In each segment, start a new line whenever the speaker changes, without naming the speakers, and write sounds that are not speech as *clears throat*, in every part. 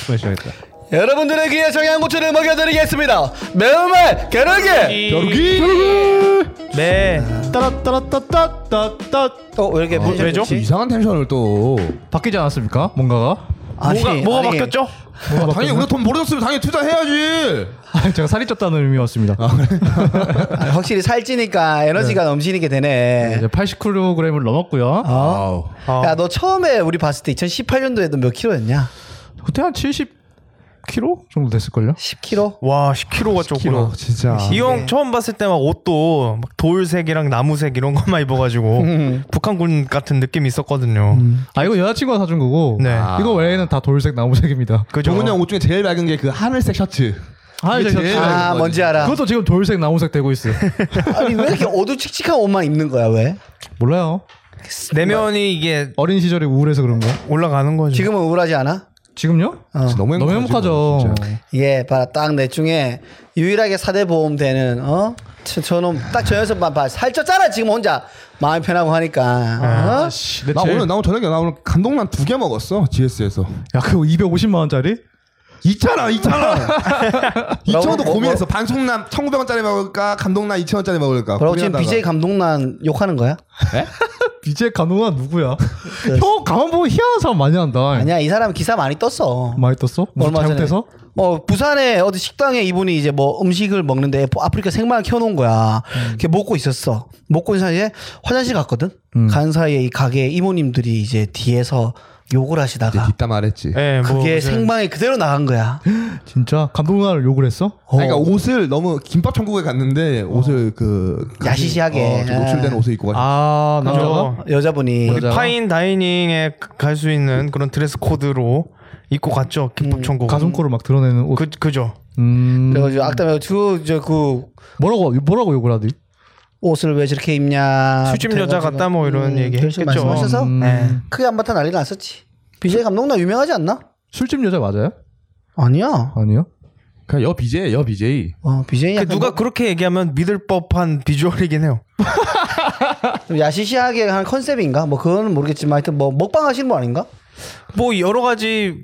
말씀하셔야겠다.
여러분들의 귀에 청양고추를 먹여드리겠습니다. 매운맛 겨루기.
여기
네. 따라따라따따따따.
어왜 이렇게
어, 왜죠?
좀 *laughs* 이상한 텐션을 또
바뀌지 않았습니까? 뭔가가?
아니,
네.
뭐가 뭐가
아니.
바뀌었죠?
아, 당연히 우리가 돈 벌어졌으면 당연히 투자해야지.
아, 제가 살이 쪘다는 의미였습니다.
아, 확실히 살찌니까 에너지가 넘치는 게 되네. 어?
이제 80kg을 넘었고요.
아우.
야 너 처음에 우리 봤을 때 2018년도에 너 몇 킬로였냐?
그때 한 70kg 정도 됐을걸요?
10킬로?
와 10kg가 쪘구나.
진짜.
이 형 처음 봤을 때 막 옷도 막 돌색이랑 나무색 이런 것만 입어가지고 북한군 같은 느낌이 있었거든요.
아 이거 여자친구가 사준 거고
네.
아.
이거 외에는 다 돌색 나무색입니다.
그죠?
종훈이 형 옷 중에 제일 밝은 게 그 하늘색 셔츠.
아,
그게
이제
제일
아,
아
밝은
뭔지
거지.
알아.
그것도 지금 돌색 나무색 되고 있어요.
아니 왜 이렇게 어두칙칙한 옷만 입는 거야 왜?
몰라요.
네 내면이 이게
어린 시절이 우울해서 그런가?
올라가는 거죠.
지금은 우울하지 않아?
지금요?
진짜 너무
너무
행복하지,
행복하죠.
진짜.
예, 봐라 딱 내 중에 유일하게 사대보험 되는 어? 저, 저놈 딱 저 녀석만 봐 살쪘잖아 지금 혼자 마음 편하고 하니까 어?
아씨, 내
나
제일-
오늘 나 오늘 저녁에 나 오늘 간동란 두 개 먹었어 GS에서
야 그거 250만 원짜리?
있잖아 *laughs* 있잖아 2천원도
뭐,
고민했어 반송남 1900원짜리 먹을까 감동란 2천원짜리 먹을까
아, 그러고 지금
아,
고민하다가.
BJ 감독난 욕하는 거야?
BJ 간호가 누구야? 형 가만 보면 희한한 사람 많이 한다.
아니야 이 사람 기사 많이 떴어
많이 떴어? 네. 뭐, 무슨
얼마 전에.
잘못해서?
어 부산에 어디 식당에 이분이 이제 뭐 음식을 먹는데 아프리카 생마늘 켜놓은 거야.
음.
이렇게 먹고 있었어. 먹고 있는 사이에 화장실 갔거든.
음.
간 사이에 이 가게 이모님들이 이제 뒤에서 욕을
이제
네,
하시다가
뒷담 말했지
예, 뭐
그게
무슨-
생방에 그대로 나간 거야.
진짜 감독날 욕을 했어?
아니, 그러니까 옷을 너무 김밥 천국에 갔는데 옷을 그
야시시하게.
어, 좀 노출된 옷을 입고 갔어
아 남자가?
그죠?
여자분이
음.
우리 파인 다이닝에 갈 수 있는 그런 드레스 코드로 입고 갔죠. 김밥천국.
가슴코를 막 드러내는 옷.
뭐. 그 그죠.
음
그래가지고 악담에 주저그
뭐라고 뭐라고 욕을 하디?
옷을 왜 저렇게 입냐.
술집
부터
여자
해가지고. 음,
같다 뭐 이런 얘기
그렇게
했겠죠. 네.
말씀하셔서 네.
음.
크게 한바탕 난리가 났었지. BJ 감독난 유명하지 않나?
술집 여자 맞아요?
아니야.
아니요?
그냥 그러니까 여 BJ 여 BJ
어, BJ
그
약간
누가 그렇게 얘기하면 믿을 법한 비주얼이긴 해요.
좀 야시시하게 하는 컨셉인가? 뭐 그거는 모르겠지만 하여튼 뭐 먹방 하시는 분 아닌가?
뭐 여러 가지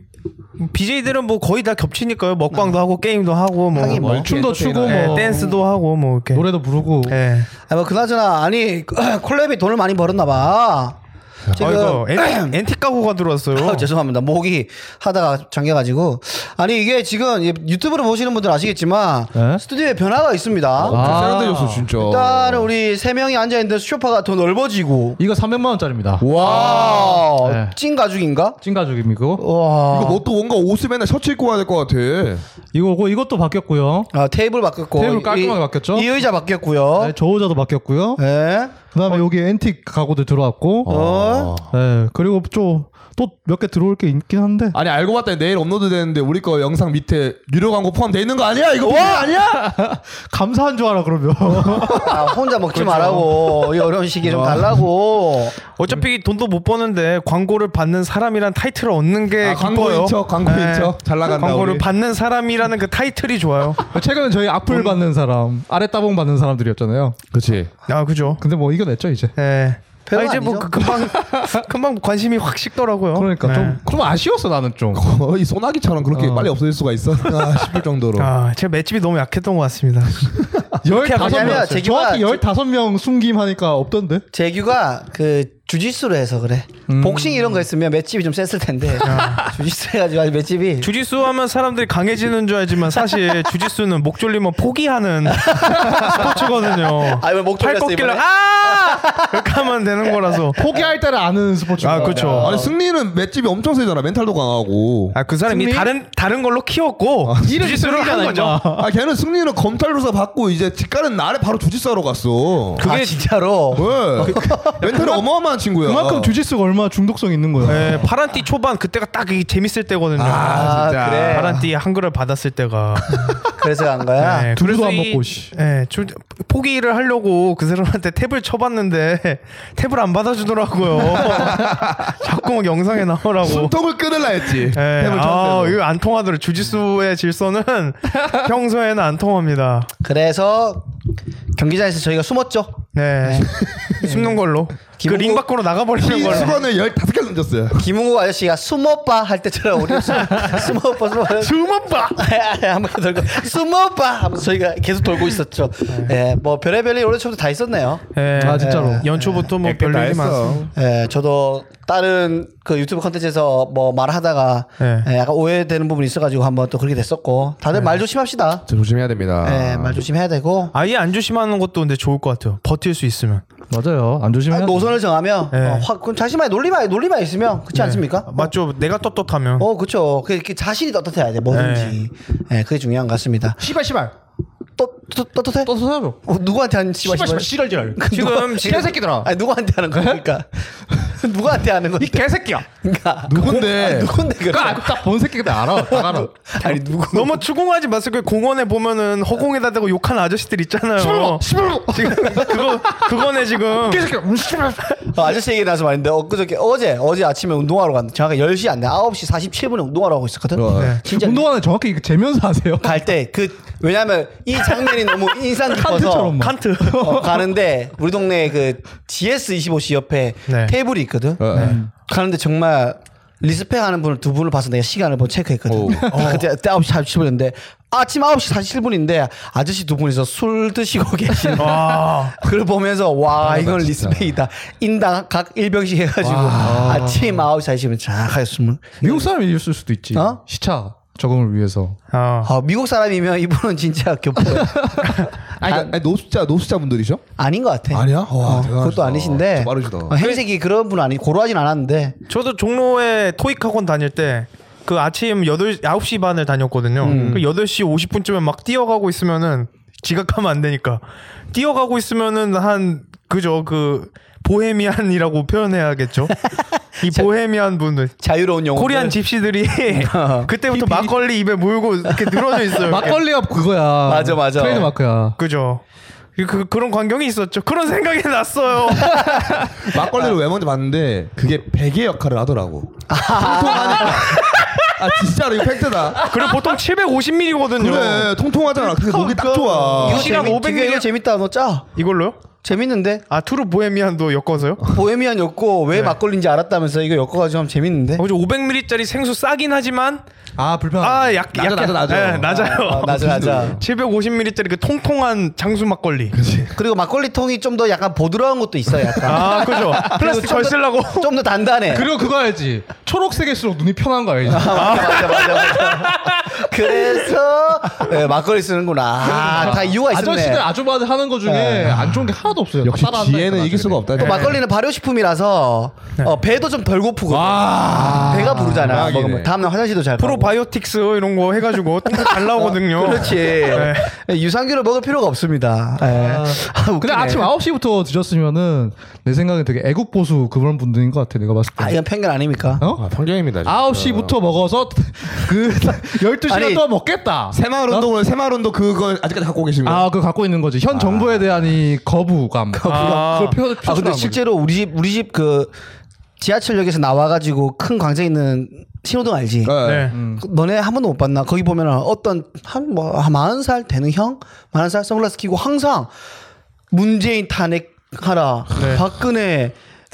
BJ들은 뭐 거의 다 겹치니까요. 먹방도 하고 게임도 하고 뭐,
하긴 뭐.
춤도 추고 뭐
어.
예, 댄스도 하고 뭐 이렇게.
노래도 부르고
예.
아, 뭐 그나저나 아니 *clears throat* 콜랩이 돈을 많이 벌었나 봐.
아이고
지금
엔틱, 엔틱 가구가
*laughs*
들어왔어요.
아, 죄송합니다. 목이 하다가 잠겨가지고 아니 이게 지금 유튜브로 보시는 분들 아시겠지만
네?
스튜디오에 변화가 있습니다.
아.
세련되졌어 진짜
일단은 우리 세 명이 앉아 있는 소파가 더 넓어지고
이거 300만 원짜리입니다.
와,
네.
아, 찐 가죽인가?
찐 가죽입니다. 이거.
와.
이거 너 또 뭔가 옷을 맨날 셔츠 입고 가야 될 것 같아
이거고 이것도 바뀌었고요.
아, 테이블 바뀌었고
테이블 깔끔하게
이-
바뀌었죠?
이 의자 바뀌었고요.
네, 저호자도 바뀌었고요.
예.
그다음에 여기 앤틱 가구들 들어왔고.
어?
네, 그리고 좀 또 몇 개 들어올 게 있긴 한데.
아니 알고 봤더니 내일 업로드 되는데 우리 거 영상 밑에 유료 광고 포함돼 있는 거 아니야 이거
와 아니야? 감사한 줄 알아 그러면.
아, 혼자 먹지
그렇죠.
말라고. 이 어려운 시기에 좀 달라고.
어차피 돈도 못 버는데 광고를 받는 사람이란 타이틀을 얻는
아,
게 기뻐요. 예.
광고인 척, 광고인 척. 잘 나간다,
광고를
우리.
받는 사람이라는 그 타이틀이 좋아요.
최근에 저희 악플 받는 사람, 아래 따봉 받는 사람들이었잖아요.
그치
아 그죠.
근데 뭐 이겨냈죠 이제.
예.
별거
아, 이제 뭐
아니죠.
그 금방 *laughs* 금방 관심이 확 식더라고요.
그러니까
네.
좀, 좀 아쉬웠어 나는 좀.
거의 소나기처럼 그렇게 빨리 없어질 수가 있어 *laughs* 아, 싶을 정도로
아, 제가 맷집이 너무 약했던 것 같습니다.
아,
열다섯
왜냐면
명.
제기가
정확히 열다섯 명 숨김하니까 없던데.
재규가 그 주짓수로 해서 그래.
음.
복싱 이런 거 했으면 맷집이 좀 셌을 텐데.
아.
*laughs* 주짓수 해가지고 아주 맷집이.
주짓수 하면 사람들이 강해지는 줄 알지만 사실 주짓수는 목 졸리면 포기하는 스포츠거든요.
아, 왜목
팔
졸렸어,
꺾기를
이번에?
아! 이렇게 하면 되는 거라서.
포기할 때를 아는 스포츠.
아, 그렇죠.
아니 승리는 맷집이 엄청 세잖아 멘탈도 강하고
아, 그 사람이
승리?
다른 다른 걸로
어,
키웠고 주짓수를 한 거죠.
아 걔는 승리는 검찰 조사 받고 이제 직가는 날에 바로 주짓사러 갔어
그게 아, 진짜로.
뭐,
*laughs* 왜 멘탈이 어마어마한 친구야
그만큼 주짓수가 얼마나 중독성 있는 거야.
네, 파란띠 초반 그때가 딱 이게 재밌을 때거든요.
아, 진짜.
그래.
파란띠 한글을 받았을 때가.
그래서 간 거야.
네,
두부도
그래서
안
이-
먹고, 씨.
네, 주- 포기를 하려고 그 사람한테 탭을 쳐봤는데 *laughs* 탭을 안 받아주더라고요. 자꾸 막 영상에 나오라고.
숨통을 끊을라 했지
예,
탭을
아,
쳤는데도.
이거 안 통하더라. 주짓수의 *laughs* 질서는 평소에는 안 통합니다.
그래서 경기장에서 저희가 숨었죠.
네. 숨는 걸로. 그 링 밖으로 나가버리는
이
걸로.
수건을 15개 던졌어요.
김웅호 아저씨가 숨오빠 *laughs* 할 때처럼 우리 숨오빠 숨오빠 *laughs* 예,
숨어봐.
한번 돌고 숨오빠 하면서 저희가 계속 돌고 있었죠.
네.
예, 뭐 별의별 일 오래전부터 다 있었네요.
예.
아, 진짜로.
연초부터
네,
뭐
예, 그다
별일이
했어.
많았어.
예, 저도 다른 그 유튜브 컨텐츠에서 뭐 말하다가
네.
예, 약간 오해되는 부분이 있어가지고 한번 또 그렇게 됐었고 다들 말 조심합시다.
조심해야 됩니다.
아.
예, 말 조심해야 되고
아예 안 조심하는 것도 근데 좋을 것 같아요. 버틸 수 있으면.
맞아요. 안
아,
조심해야
노선을 정하면
네.
어, 확 그럼 자신만의 논리만 논리만 있으면 그렇지 않습니까?
맞죠. 내가 떳떳하면.
어, 그렇죠. 그, 그 자신이 떳떳해야 돼 뭐든지. 예, 그게 중요한 것 같습니다.
네. 씨발 씨발.
떳 떳- 떳떳해?
또 서서
어, 누구한테 하는 씨발
씨발 씨발
씨발
씨랄지랄.
지금
개새끼들아.
아니 누구한테 하는 거야? 그러니까 *laughs* 누구한테 하는 거야?
이 개새끼야. 그러니까.
그러니까
누군데?
*laughs* 아니, 누군데 그래?
딱본 새끼들 알아. 다 알아.
아니 누구?
너무 추궁하지 마세요. 그 공원에 보면은 허공에다 대고 욕하는 아저씨들 있잖아요.
씨발.
지금 그거 그거네 지금.
개새끼야. 음, 씨발.
어, 아저씨 얘기 나서 말인데 엊그저께 어제 어제 아침에 운동하러 갔는데 정확히 10시 안 돼. 9시 47분에 운동하러 가고 있었거든.
네.
진짜
운동하는 정확히 이거 재면서 하세요.
갈 때 그 왜냐면 이 장면이 너무 인상 깊어서
칸트처럼 막.
칸트.
어, 가는데 우리 동네 그 GS25C 옆에
네.
테이블이 있거든.
어, 네.
가는데 정말 리스펙하는 분을 두 분을 봐서 내가 시간을 뭐 체크했거든.
오.
*laughs* 그때 그때 9시 47분인데 아침 9시 47분인데 아저씨 두 분이서 술 드시고 *laughs* 계시는
와.
그걸 보면서 와 이건
어. 아, 진짜.
리스펙이다. 인당 각 1병씩 해가지고 아침 9시 40분 정확하게 숨을
미국 사람이 있을 수도 있지.
어?
시차 적응을 위해서.
어.
아, 미국 사람이면 이분은 진짜
*laughs*
교포예요.
아니, 아니, 노숙자 노숙자 분들이죠?
아닌 것 같아.
아니야? 와,
어,
대단하시다.
그것도 아니신데.
진짜 빠르시다.
어, 행색이 그런 분 아니 고루하진 않았는데.
저도 종로에 토익 학원 다닐 때. 그 아침 8, 9시 반을 다녔거든요. 그 8시 50분쯤에 막 뛰어가고 있으면은 지각하면 안 되니까. 뛰어가고 있으면은 한, 그죠, 그, 보헤미안이라고 표현해야겠죠. 이 보헤미안 분들.
자유로운 용어.
코리안 집시들이 *laughs* 그때부터 막걸리 입에 물고 이렇게 늘어져 있어요. 이렇게.
막걸리가 그거야.
맞아, 맞아.
트레이드 마크야.
그죠. 그, 그 그런 광경이 있었죠. 그런 생각이 났어요.
막걸리를 왜 먼저 봤는데 그게 베개 역할을 하더라고. 통통하니까. 아 진짜로 이거 팩트다.
그리고 보통 750ml거든요.
그래 통통하잖아. 그게 목이 딱 좋아.
이거
시간
재미,
500
이거 재밌다. 너 짜.
이걸로요?
재밌는데.
아 투르 보헤미안도 엮어서요?
보헤미안 엮고 왜 막걸리인지 알았다면서 이거 엮어가지고 하면 재밌는데.
어제 500ml짜리 생수 싸긴 하지만
아 불편.
아 약,
낮아,
약해.
낮아, 낮아.
예, 낮아요.
아, 맞아 맞아.
750ml짜리 그 통통한 장수 막걸리.
그리고 막걸리 통이 좀 더 약간 보드러운 것도 있어요. 약간.
아 그죠. 플라스틱 걸 쓰려고. 뭐.
좀 더 단단해.
그리고 그거 알지. 초록색일수록 눈이 편한 거 알지.
아, 맞아, 맞아, 맞아, 맞아. 그래서 네, 막걸리 쓰는구나. 아, 다 이유가 있었네. 네.
아저씨들 아줌마들 하는 거 중에 안 좋은 게 하나도 없어요.
역시
다 따라한다니까,
지혜는
나중에.
이길 수가 없다.
또 막걸리는 발효식품이라서 어, 배도 좀 덜 고프고
아.
배가 부르잖아.
대박이네.
먹으면 다음날 화장실도 잘 가고.
프로바이오틱스 이런 거 해가지고 똥꼬 잘 나오거든요.
그렇지. 네, 유산균을 먹을 필요가 없습니다. 예. 아,
근데
웃기네.
아침 9시부터 늦었으면은 내 생각엔 되게 애국보수 그런 분들인 것 같아. 내가 봤을
아,
때.
이건 편견 아닙니까?
어?
아, 편견입니다. 진짜.
9시부터 먹어서 그 *laughs* 12시간
아니,
동안 먹겠다.
새마을 운동을 새마을 운동 그걸 아직까지 갖고 계십니다.
아, 그거 갖고 있는 거지. 현 정부에 대한 이 거부감. 그걸
거부감.
표현
아 근데 실제로 우리 집 우리 집 그 지하철역에서 나와가지고 큰 광장 있는 신호등 알지?
네.
네.
그 너네 한 번도 못 봤나? 거기 보면 은 어떤 한 뭐 마흔 살 되는 형, 마흔 살 선글라스 끼고 항상 문재인 탄핵하라,
네.
박근혜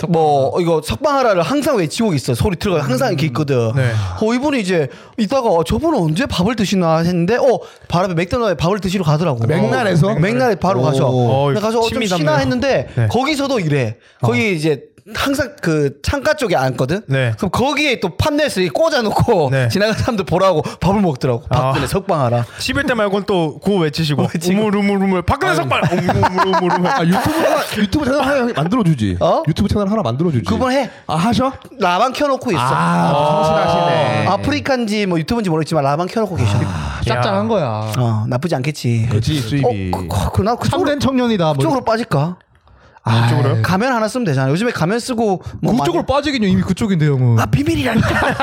뭐 이거 석방하라를 항상 외치고 있어 소리 틀어가 항상 이렇게 있거든.
네.
어 이분이 이제 이따가 어, 저분은 언제 밥을 드시나 했는데 어 바로 앞에 맥도날드 밥을 드시러 가더라고.
맥날에서?
어, 맥날에 바로
오.
가셔.
아, 어,
근데 가서 어좀
친밀감이네요.
쉬나 했는데
네. 어.
거기서도 이래. 거기 이제 항상 그 창가 쪽에 앉거든.
네.
그럼 거기에 또 팜넷을 꽂아놓고
네. 예.
지나가는 사람들 보라고 밥을 먹더라고. 박근혜 석방하라.
씹을 때 말고는 또 구호 외치시고 우물우물우물 박근혜 석발 우물우물우물
아, 유튜브 하나, 유튜브 채널 하나 만들어 주지.
어?
유튜브 채널 하나 만들어 주지.
그분 해.
아 하셔?
라방 켜놓고 있어.
아, 성실하시네.
아, 프리카인지뭐 유튜브인지 모르겠지만 라방 켜놓고 계셔.
아. 짭짤한 거야.
어 나쁘지 않겠지.
그렇지 수입이.
어, 그, 그, 그, 나 그쪽으로,
참된 청년이다. 뭐.
그쪽으로 빠질까?
아, 그쪽으로.
가면 하나 쓰면 되잖아. 요즘에 가면 쓰고 뭐
그쪽으로
많이-
빠지긴요. 이미 그쪽인데 형은.
아 비밀이라니까.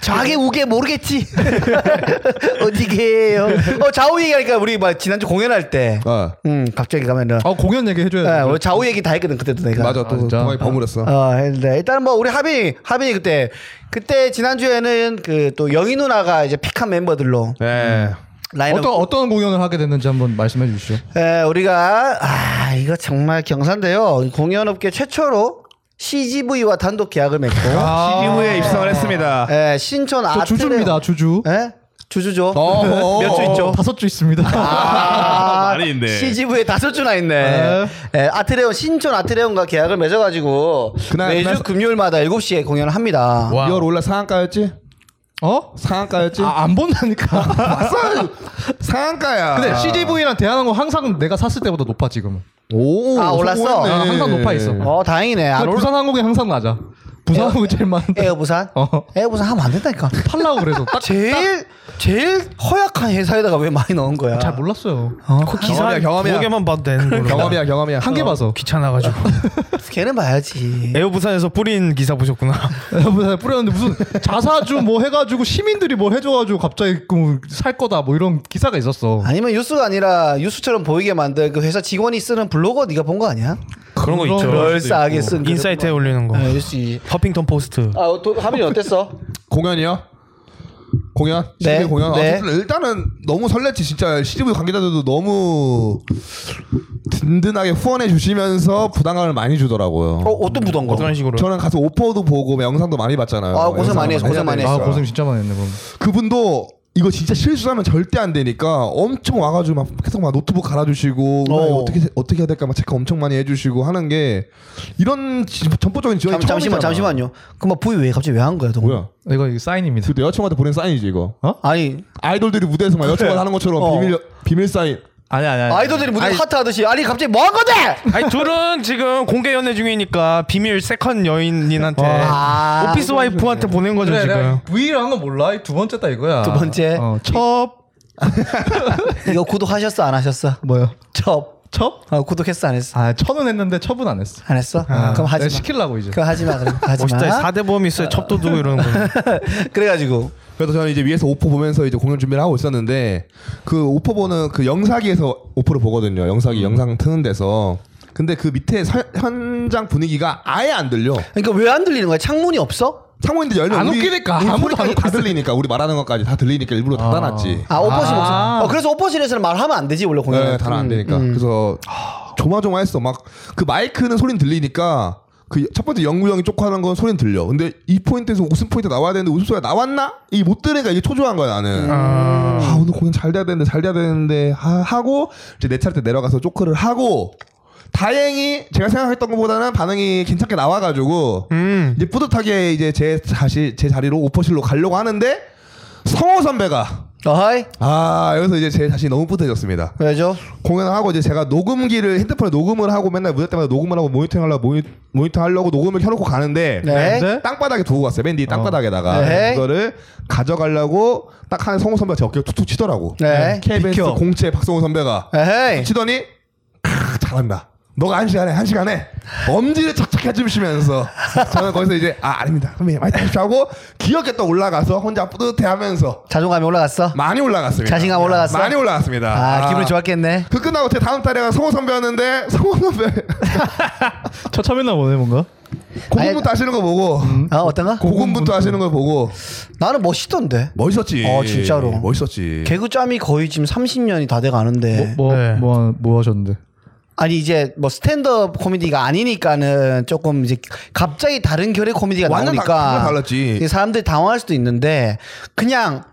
자게 우게 모르겠지. *laughs* 어디게요? 어 좌우 얘기하니까 우리 막 지난주 공연할 때,
어.
음 갑자기 가면은,
아, 공연 얘기 해줘야 돼.
네, 우리 좌우 얘기 다 했거든 그때도 내가.
맞아
아,
또
진짜?
동아리 버무렸어.
어 했는데 일단 뭐 우리 하빈이 하빈이 그때 그때 지난 주에는 그 또 영희 누나가 이제 픽한 멤버들로
네.
라인업
어떤 어떤 공연을 하게 됐는지 한번 말씀해 주시죠.
에, 우리가 아 이거 정말 경사인데요. 공연업계 최초로 CGV와 단독 계약을 맺고
아.
CGV에 입성을 했습니다.
에, 신촌
아. 저
아트레
주주입니다. 주주.
에? 주주죠.
어,
몇주
어,
있죠?
다섯 주 있습니다.
아,
많이 있네.
CGV에 다섯 주나 있네. 에, 아트레온 신촌 아트레온과 계약을 맺어가지고
그날-
매주
그날-
금요일마다 7시에 공연을 합니다.
어. 리얼 올라 상한가였지?
어?
상한가였지?
아, 안 본다니까. 아.
아싸! 상한가야.
근데 CGV랑 대한항공 항상 내가 샀을 때보다 높아 지금은.
오,
아, 올랐어?
성공했네.
아, 항상 높아 있어.
어 다행이네. 안 올라...
부산항공이 항상 낮아. 부산항공이 제일 많은데.
에어부산?
어.
에어부산 하면 안 된다니까.
팔라고 그래서 딱
제일 제일 허약한 회사에다가 왜 많이 넣은 거야?
잘 몰랐어요.
그 기사
경험이야, 경험이야.
두어 개만 봐도 되는 걸로. 어.
경험이야, 경험이야.
한 개 봐서. *laughs*
귀찮아가지고. *laughs*
걔는 봐야지.
에어부산에서 뿌린 기사 보셨구나.
에어부산에 뿌렸는데 무슨 자사주 뭐 해가지고 시민들이 뭐 해줘가지고 갑자기 그살 거다 뭐 이런 기사가 있었어.
아니면 뉴스가 아니라 뉴스처럼 보이게 만든 그 회사 직원이 쓰는 블로거 네가 본 거 아니야?
그런 거 있죠.
널싸하게 쓴 글을
인사이트에
본
올리는 거.
거. 네, 뉴스.
허핑턴 포스트.
아, 어, 도, 하민이 어땠어?
공연이요? 공연?
네,
네. 공연?
네.
아, 일단은 너무 설렜지 진짜 CGV 관계자들도 너무 든든하게 후원해 주시면서 부담감을 많이 주더라고요.
어, 어떤 부던 거?
어떤 식으로?
저는 가서 오퍼도 보고 영상도 많이 봤잖아요.
아, 고생 많이
영상도
했어, 고생 많이
했어요.
아 고생 진짜 많이 했네 그럼.
그분도 이거 진짜 실수하면 절대 안 되니까 엄청 와가지고 막 계속 막 노트북 갈아주시고
어.
어. 어떻게 어떻게 해야 될까 막 체크 엄청 많이 해주시고 하는 게 이런 지- 전폭적인 지원이
잠, 잠시만,
처음이잖아.
잠시만요. 그럼 뭐 부위 왜 갑자기 왜 한 거야, 동호?
뭐야?
이거 이거 사인입니다.
그 여자친구한테 보낸 사인이지 이거.
아니,
아이돌들이 무대에서 막 여친과 하는 것처럼
어.
비밀 비밀 사인.
아니 아니
아이돌들이 무대 하트 하듯이 아니 갑자기 뭐 한 건데?
아니 둘은 지금 공개 연애 중이니까 비밀 세컨 여인인한테
아,
오피스 와이프한테 보낸 거죠
그래
지금.
내가 V를 한건 몰라 이두 번째다 이거야.
두 번째.
어, 첩
이거 구독하셨어, 안 하셨어?
뭐요?
첩.
첩?
어, 구독했어, 안 했어?
아 첩은 했는데 첩은 안 했어.
안 했어? 아, 그럼 하지 마.
내가 아, 네, 시키려고 이제.
그럼 하지 마, 그럼 하지 마.
멋있다. 4대 보험이 있어요. 첩도 두고 이러는 거.
그래가지고.
그래서 저는 이제 위에서 오퍼 보면서 이제 공연 준비를 하고 있었는데 그 오퍼 보는 그 영사기에서 오퍼를 보거든요. 영사기 영상 트는 데서. 근데 그 밑에 서- 현장 분위기가 아예 안 들려.
그러니까 왜 안 들리는 거야? 창문이 없어?
창문인데 열면
안
우리-
웃기니까,
우리
아무도
소리까지
안
다 들리니까 우리 말하는 것까지 다 들리니까 일부러 닫아놨지.
아 오퍼실
아.
목소리. 어, 그래서 오퍼실에서는 말하면 안 되지 원래 음, 공연은.
네, 다안 되니까. 그래서 조마조마했어. 막 그 마이크는 소린 들리니까 그 첫 번째 영구 형이 쪼고 하는 건 소린 들려. 근데 이 포인트에서 웃음 포인트 나와야 되는데 웃음 소리가 나왔나? 이 못 들으니까 이게 초조한 거야 나는. 아 오늘 공연 잘 돼야 되는데 잘 돼야 되는데 하, 하고 이제 내 차례 때 내려가서 쪼크를 하고 다행히 제가 생각했던 것보다는 반응이 괜찮게 나와가지고
음.
이제 뿌듯하게 이제 제 다시 제 자리로 오퍼실로 가려고 하는데 성호 선배가
음. 어이
아 여기서 이제 제 자신이 너무 뿌듯해졌습니다.
왜죠?
공연을 하고 이제 제가 녹음기를 핸드폰에 녹음을 하고 맨날 무대 때마다 녹음을 하고 모니터링 하려고 모니, 모니터 하려고 녹음을 켜놓고 가는데
네.
네.
땅바닥에 두고 갔어요 맨 뒤에 땅바닥에다가
네.
그거를 가져가려고 딱 하는 성우 선배가 제 어깨를 툭툭 치더라고
네.
KBS 공채 박성우 선배가
에헤이.
치더니 크, 잘한다 너가 한 시간에 한 시간에 엄지를 착착 해주시면서 *laughs* 저는 거기서 이제 아 아닙니다 선배님 화이팅 하십시오 하고 귀엽게 또 올라가서 혼자 뿌듯해하면서
자존감이 올라갔어.
많이 올라갔습니다 네.
자신감 올라갔어?
많이 올라갔습니다
아, 기분이 좋았겠네.
그 끝나고 제 다음 달에 성우 선배였는데 성우 *laughs* 선배
저 첩했나 보네 뭔가.
고군분투 하시는 거 보고
아 어떤가?
음? 고군분투 하시는 거 보고
나는 멋있던데.
멋있었지.
어, 진짜로.
멋있었지.
개그 짬이 거의 지금 30년이 다 돼가는데
뭐뭐뭐
네.
뭐, 뭐 하셨는데?
아니 이제 뭐 스탠드업 코미디가 아니니까는 조금 이제 갑자기 다른 결의 코미디가
완전
나오니까
다- 완전 달랐지.
이게 사람들이 당황할 수도 있는데 그냥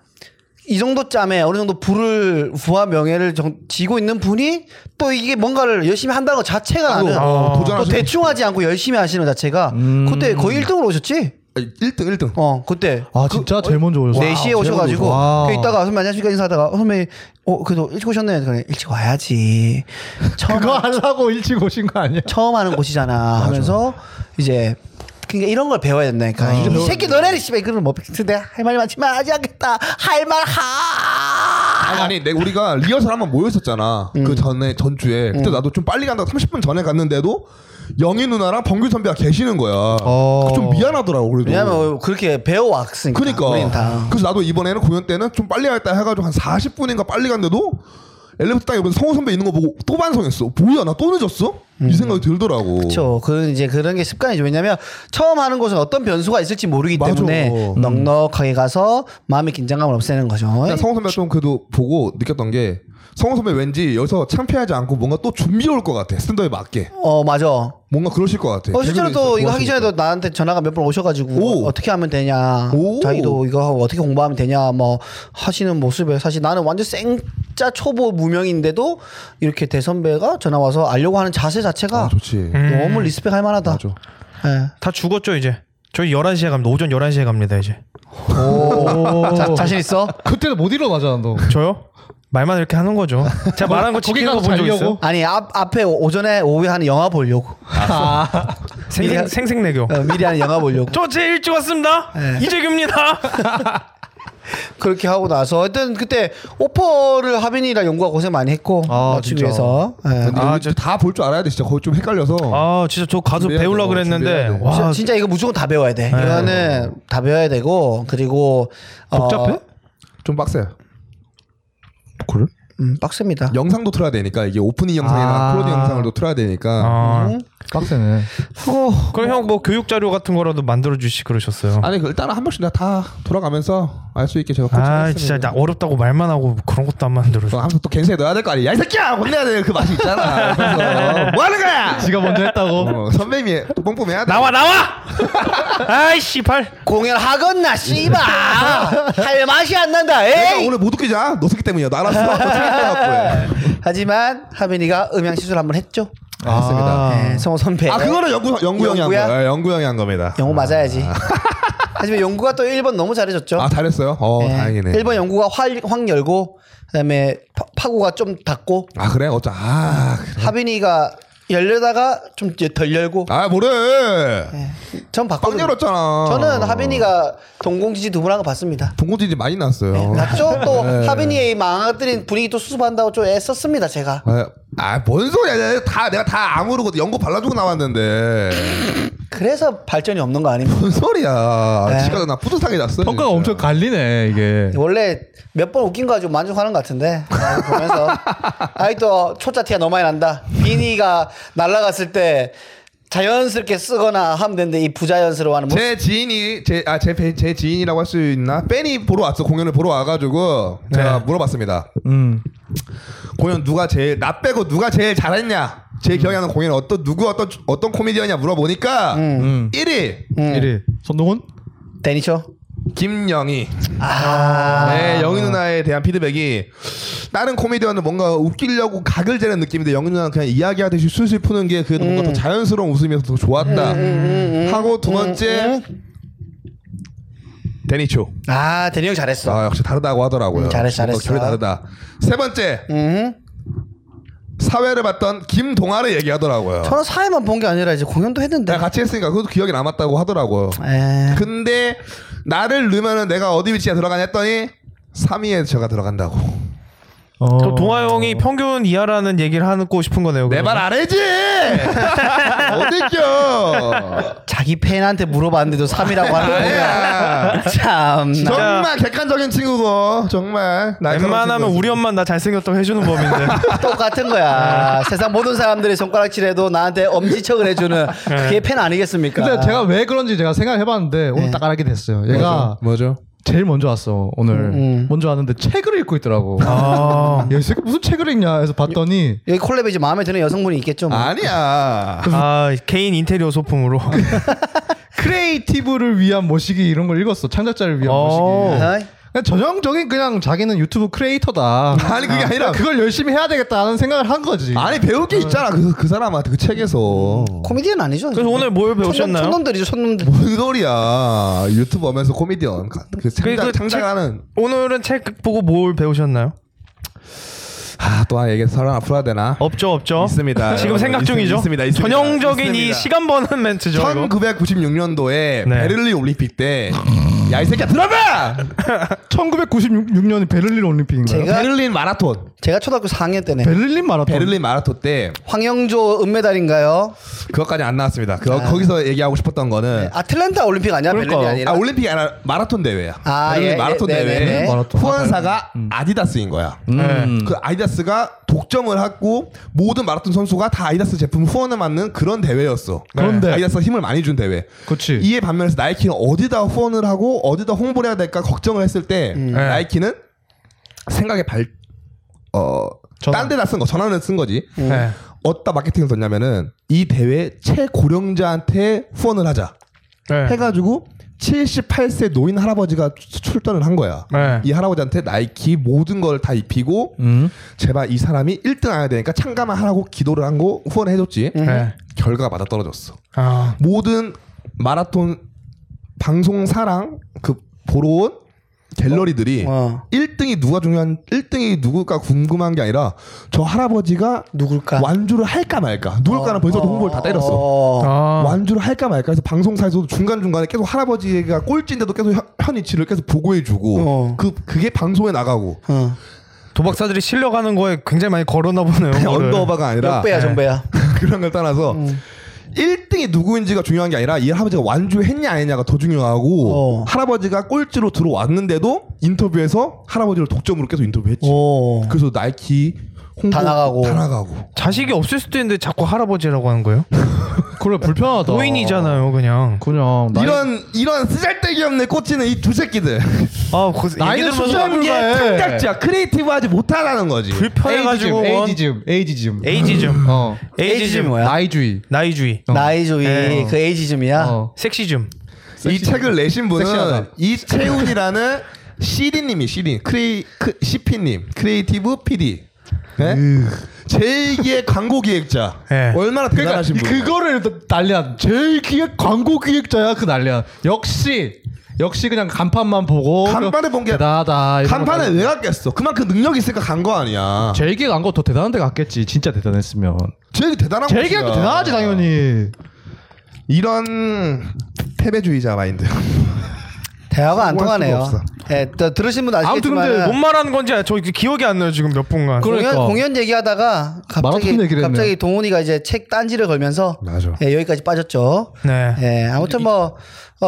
이 정도 짬에 어느 정도 부를 부와 명예를 정- 지고 있는 분이 또 이게 뭔가를 열심히 한다는 것 자체가 나는
아, 음.
또
도전하시는
대충 하지 않고 열심히 하시는 것 자체가 그때 거의 1등으로 오셨지?
1등 1등.
어 그때
아 진짜 제일 먼저 아. 오셨어.
아,
4시에 오셔가지고
와우.
그 이따가 선배 안녕하십니까 인사하다가 어, 선배 어 그래도 일찍 오셨네 그래 일찍
*laughs*
와야지 처음
그거
하-
하려고 일찍 오신 거 아니야? *laughs*
그러니까. 처음 하는 곳이잖아 하면서 이제 그러니까 이런 걸 배워야 된다니까
아,
이 새끼 너네는 씨발 그걸 못 뱉는데 할 말이 많지만 하지 않겠다 할 말하
아니, 아니 내 우리가 리허설 한번 모여 있었잖아. 그 전에 전주에 그때 나도 좀 빨리 간다고 30분 전에 갔는데도 영희 누나랑 범규 선배가 계시는 거야.
어.
그좀 미안하더라고 그래도.
왜냐면 그렇게 배워왔으니까
그러니까. 그니까.
우린 다
그래서 나도 이번에는 공연 때는 좀 빨리 할다 해가지고 한 40분인가 빨리 간데도 엘리베이터 딱 옆에서 성우 선배 있는 거 보고 또 반성했어. 뭐야 나 또 늦었어? 이 생각이 들더라고.
음. 그렇죠. 그런 이제 그런 게 습관이죠. 왜냐하면 처음 하는 곳은 어떤 변수가 있을지 모르기
맞아.
때문에
음.
넉넉하게 가서 마음의 긴장감을 없애는 거죠.
그러니까 성우 선배가 좀 그래도 보고 느꼈던 게 성우 선배 왠지 여기서 창피하지 않고 뭔가 또 준비해 올 것 같아. 스탠더에 맞게.
어 맞아.
뭔가 그러실 것 같아.
어, 실제로
개그를
또 이거 하기
좋아하시니까.
전에도 나한테 전화가 몇 번 오셔가지고
오.
어떻게 하면 되냐
오.
자기도 이거 하고 어떻게 공부하면 되냐 뭐 하시는 모습에 사실 나는 완전 생짜 초보 무명인데도 이렇게 대선배가 전화 와서 알려고 하는 자세 자체가
아, 좋지.
너무 리스펙 할 만하다
맞아.
예.
다 죽었죠 이제. 저희 11시에 갑니다. 오전 11시에 갑니다 이제.
자, 자신 있어?
그때도 못 일어나잖아 너.
저요? 말만 이렇게 하는 거죠. 제가 말한 거
거기
지키는
가서
거본적
자려고?
있어요?
아니 앞, 앞에 오- 오전에 오후에 하는 영화 보려고
아.
생생, 생생내교.
*laughs* 어, 미리 하는 영화 보려고
저 제일 일찍 왔습니다. 이재규입니다.
그렇게 하고 나서 하여튼 그때 오퍼를 하빈이랑 연구가 고생 많이 했고
아, 진짜.
맞추기위해서 예,
근데
아,
우리
저-
다 볼 줄 알아야 돼. 진짜 거기 좀 헷갈려서.
아 진짜 저 가서
준비해야 되고,
배우려고 그랬는데
준비해야 되고.
와
진짜 이거 무조건 다 배워야 돼
네.
이거는 다 배워야 되고 그리고 어,
복잡해?
좀 빡세요.
음, 빡셉니다
영상도 틀어야 되니까 이게 오프닝 영상이나
아.
클로징 영상을 또 틀어야 되니까.
아,
빡세네.
그럼 형 뭐 교육 자료 같은 거라도 만들어 주시 그러셨어요.
아니 그 일단은 한 번씩 내가 다 돌아가면서 알 수 있게 제가
아
코칭했습니다.
진짜 나 어렵다고 말만 하고 그런 것도 안 만들어.
어, 항상 또 갱생에 넣어야 될 거 아니야? 야, 이 새끼야! 혼내야 돼. 그 맛이 있잖아. 그래서 뭐 하는 거야?
지가 먼저 했다고.
어, 선배님이 또 뽕뽕해야 돼.
나와 나와. *laughs* 아이씨 발.
공연하건나
*laughs*
씨발 할 맛이 안 난다
내가
에이 아.
오늘 못 웃기자. 너 새끼 때문이야. 나 알았어. 너 새끼 때문에.
하지만 하빈이가 음향 시술 한번 했죠
맞습니다.
예, 성호 선배
아 그거는 영구 영구 형이 한
영구야?
거예요. 예, 영구 형이 한 겁니다.
영구 맞아야지 *laughs* 하지만 영구가 또 1번 너무 잘해줬죠
아 잘했어요. 어
예.
다행이네.
일본 연구가 활, 확 열고 그다음에 파, 고가좀 닫고
아 그래 어쩌 아 그래.
하빈이가 열려다가 좀 덜 열고
아 뭐래
전
빵
봤거든요.
열었잖아.
네. 저는 하빈이가 동공지지 두 분하고 봤습니다.
동고지지 많이 났어요. 네.
맞죠?
*laughs*
또 하빈이의 망가뜨린 분위기 또 수습한다고 좀 애썼습니다 제가.
아뭔 소리야? 내가 다 내가 다 아무르고 연고 발라주고 나왔는데 *laughs*
그래서 발전이 없는 거 아닙니까?
뭔 소리야?
네.
지가 나 뿌듯하게
평가가
났어. 진짜.
그러니까.
엄청 갈리네 이게.
원래 몇 번 웃긴 거 가지고 만족하는 것 같은데 아,
*laughs*
보면서 아직도 초짜 티가 너무 많이 난다 비니가 날아갔을 때 자연스럽게 쓰거나 하면 되는데 이 부자연스러워하는 모습
제 지인이 제아제제 제 지인이라고 할 수 있나 팬이 보러 왔어 공연을 보러 와가지고 제가 물어봤습니다.
음.
공연 누가 제일 나 빼고 누가 제일 잘했냐? 제 기억에 나는 공연 어떤 누구 어떤 어떤 코미디언이냐 물어보니까 1위
음.
음.
1위 손동훈.
데니처
김영희.
아.
네, 영희 누나에 대한 피드백이 다른 코미디언은 뭔가 웃기려고 각을 재는 느낌인데 영희 누나는 그냥 이야기하듯이 술술 푸는 게 그래도
음.
뭔가 더 자연스러운 웃음이어서 더 좋았다. 하고 두 번째
음,
데니초.
아 데니 형 잘했어
아, 역시 다르다고 하더라고요.
음, 잘했어, 잘했어.
뭔가
음.
결이 다르다. 세 번째. 사회를 봤던 김동아를 얘기하더라고요.
저는 사회만 본 게 아니라 이제 공연도 했는데 예.
어. 내가 같이 했으니까 그것도 기억에 남았다고 하더라고요.
에...
근데 나를 넣으면 내가 어디 위치에 들어가냐 했더니 3위에 제가 들어간다고.
그럼 동아 형이 평균 이하라는 얘기를 하고 싶은 거네요.
내 말 안 *laughs* 해지! 어딨겨!
자기 팬한테 물어봤는데도 3이라고 하는 거야 참
정말 객관적인 친구고, 정말. 날카로운
웬만하면
친구였어.
우리 엄마 나 잘생겼다고 해주는 법인데.
똑같은 거야 세상 모든 사람들이 손가락질해도 나한테 엄지척을 해주는 그게 팬 아니겠습니까 네.
근데 제가 왜 그런지 제가 생각해봤는데 오늘 딱 알게 됐어요. 얘가
뭐죠?
제일 먼저 왔어 오늘.
음,
먼저 왔는데 책을 읽고 있더라고.
*laughs* 아.
야이 새끼 무슨 책을 읽냐 해서 봤더니
여기 콜랩에 이제 마음에 드는 여성분이 있겠죠 뭐.
아니야.
아 개인 인테리어 소품으로. *laughs*
크리에이티브를 위한 모시기 이런 걸 읽었어. 창작자를 위한
어.
모시기.
어이?
그냥 전형적인 그냥 자기는 유튜브 *laughs* 크리에이터다.
아니, 그게 아니라.
그걸 열심히 해야 되겠다는 생각을 한 거지.
아니, 배울 게 있잖아. 그, 그 사람한테, 그 책에서.
코미디언 아니죠
그래서 오늘 뭘 배우셨나요?
촌놈들이죠 촌놈들
뭔 소리야. 유튜브 하면서 코미디언. 그 창작,
그 책-
창작하는.
오늘은 책 보고 뭘 배우셨나요?
아, 또 하나 얘기해서 사람 앞으로 해야 되나?
없죠 없죠.
있습니다.
어? 지금 생각
있습니다,
중이죠.
있습니다, 있습니다.
전형적인 이
있습니다.
시간 버는 멘트죠. 이거.
1996년도에
네.
베를린 올림픽 때 야 이 새끼야
*laughs*
들어봐
1996년 베를린 올림픽인가요?
제가
베를린 마라톤
제가 초등학교 4학년 때네.
베를린 마라톤.
베를린 마라톤 때
황영조 은메달인가요?
그것까지 안 나왔습니다 그 거기서 얘기하고 싶었던 거는
아. 네. 아틀란타 올림픽 아니야? 베를린이
그러니까요.
아니라.
아 올림픽이 아니라 마라톤 대회야
아,
베를린
예,
마라톤
네, 네, 네.
대회
마라톤.
후원사가 아디다스인 거야
네.
음.
그 아디다스가 독점을 하고 모든 마라톤 선수가 다 아디다스 제품 후원을 받는 그런 대회였어.
그런데.
아디다스 힘을 많이 준 대회.
그렇지.
이에 반면에서 나이키는 어디다 후원을 하고 어디다 홍보를 해야 될까 걱정을 했을 때
음.
네.
나이키는 생각에 발 어.
전환.
딴 데다 쓴 거, 전환을 쓴 거지.
음.
네.
어디다 마케팅을 썼냐면은 이 대회 최고령자한테 후원을 하자.
네.
해가지고 78세 노인 할아버지가 출- 출전을 한 거야.
네.
이 할아버지한테 나이키 모든 걸 다 입히고
음.
제발 이 사람이 1등 해야 되니까 참가만 하라고 기도를 한 거 후원을 해줬지.
네.
결과가 맞아 떨어졌어.
아.
모든 마라톤 방송사랑 그 보러 온 갤러리들이
어.
1등이 누가 중요한 1등이 누굴까 궁금한 게 아니라 저 할아버지가
누굴까?
완주를 할까 말까 누굴까는 벌써 홍보를 다 때렸어.
그러니까. 어.
아.
완주를 할까 말까 해서 방송사에서도 중간중간에 계속 할아버지가 꼴찌인데도 계속 현- 현위치를 계속 보고해주고
어.
그, 그게 방송에 나가고
어.
도박사들이 실려가는 거에 굉장히 많이 걸어나 보네요. 이거를.
언더어바가 아니라 네.
몇 배야, 어. 정배야?
*laughs* 그런 걸 떠나서 1등이 누구인지가 중요한 게 아니라 이 할아버지가 완주했냐 아니냐가 더 중요하고
어.
할아버지가 꼴찌로 들어왔는데도 인터뷰에서 할아버지를 독점으로 계속 인터뷰했지
오.
그래서 나이키 홍보
어. 다 나가고.
다 나가고
자식이 없을 수도 있는데 자꾸 할아버지라고 하는 거예요?
*laughs* 그래 불편하다.
노인이잖아요, 그냥.
그냥 나이,
이런 이런 쓰잘데기 없는 꽂히는 이 두 새끼들
아, 그
나이는
얘기 들으면서
숫자에
이게
불과해.
창작자 크리에이티브하지 못하다는 거지
불편해가지고
에이지즘, 에이지즘, 에이지즘.
에이지즘,
어.
에이지즘,
뭐야?
나이주의.
나이주의,
나이조이
네.
그 에이지즘이야.
어.
섹시즘.
이 책을 내신 분은
섹시하다.
이채훈이라는 CD님이 CD 크리 크, CP님 크리에이티브 PD 네? 제2의 광고 기획자
네.
얼마나
그러니까
대단하신 분
그거를 난리한 제일 기획 광고 기획자야 그 난리한 역시 역시 그냥 간판만 보고
간판을 본게
대단하다 이런
간판에
거.
왜 갔겠어 그만큼 능력이 있으니까 간 거 아니야
제일 기획 광고 더 대단한 데 갔겠지 진짜 대단했으면
제일 대단한
제일
곳이야.
기획 대단하지 당연히
이런 패배주의자 마인드
대화가 안
성공할 수가
통하네요.
없어.
예, 또 들으신 분
아무튼
아시겠지만
근데
뭔 말하는 건지 저 기억이 안 나요 지금 몇 분간.
그-
공연
그러니까.
공연 얘기하다가 갑자기
마라톤 얘기를 했네.
갑자기 동훈이가 이제 책 딴지를 걸면서
맞아.
예, 여기까지 빠졌죠.
네.
예, 아무튼 뭐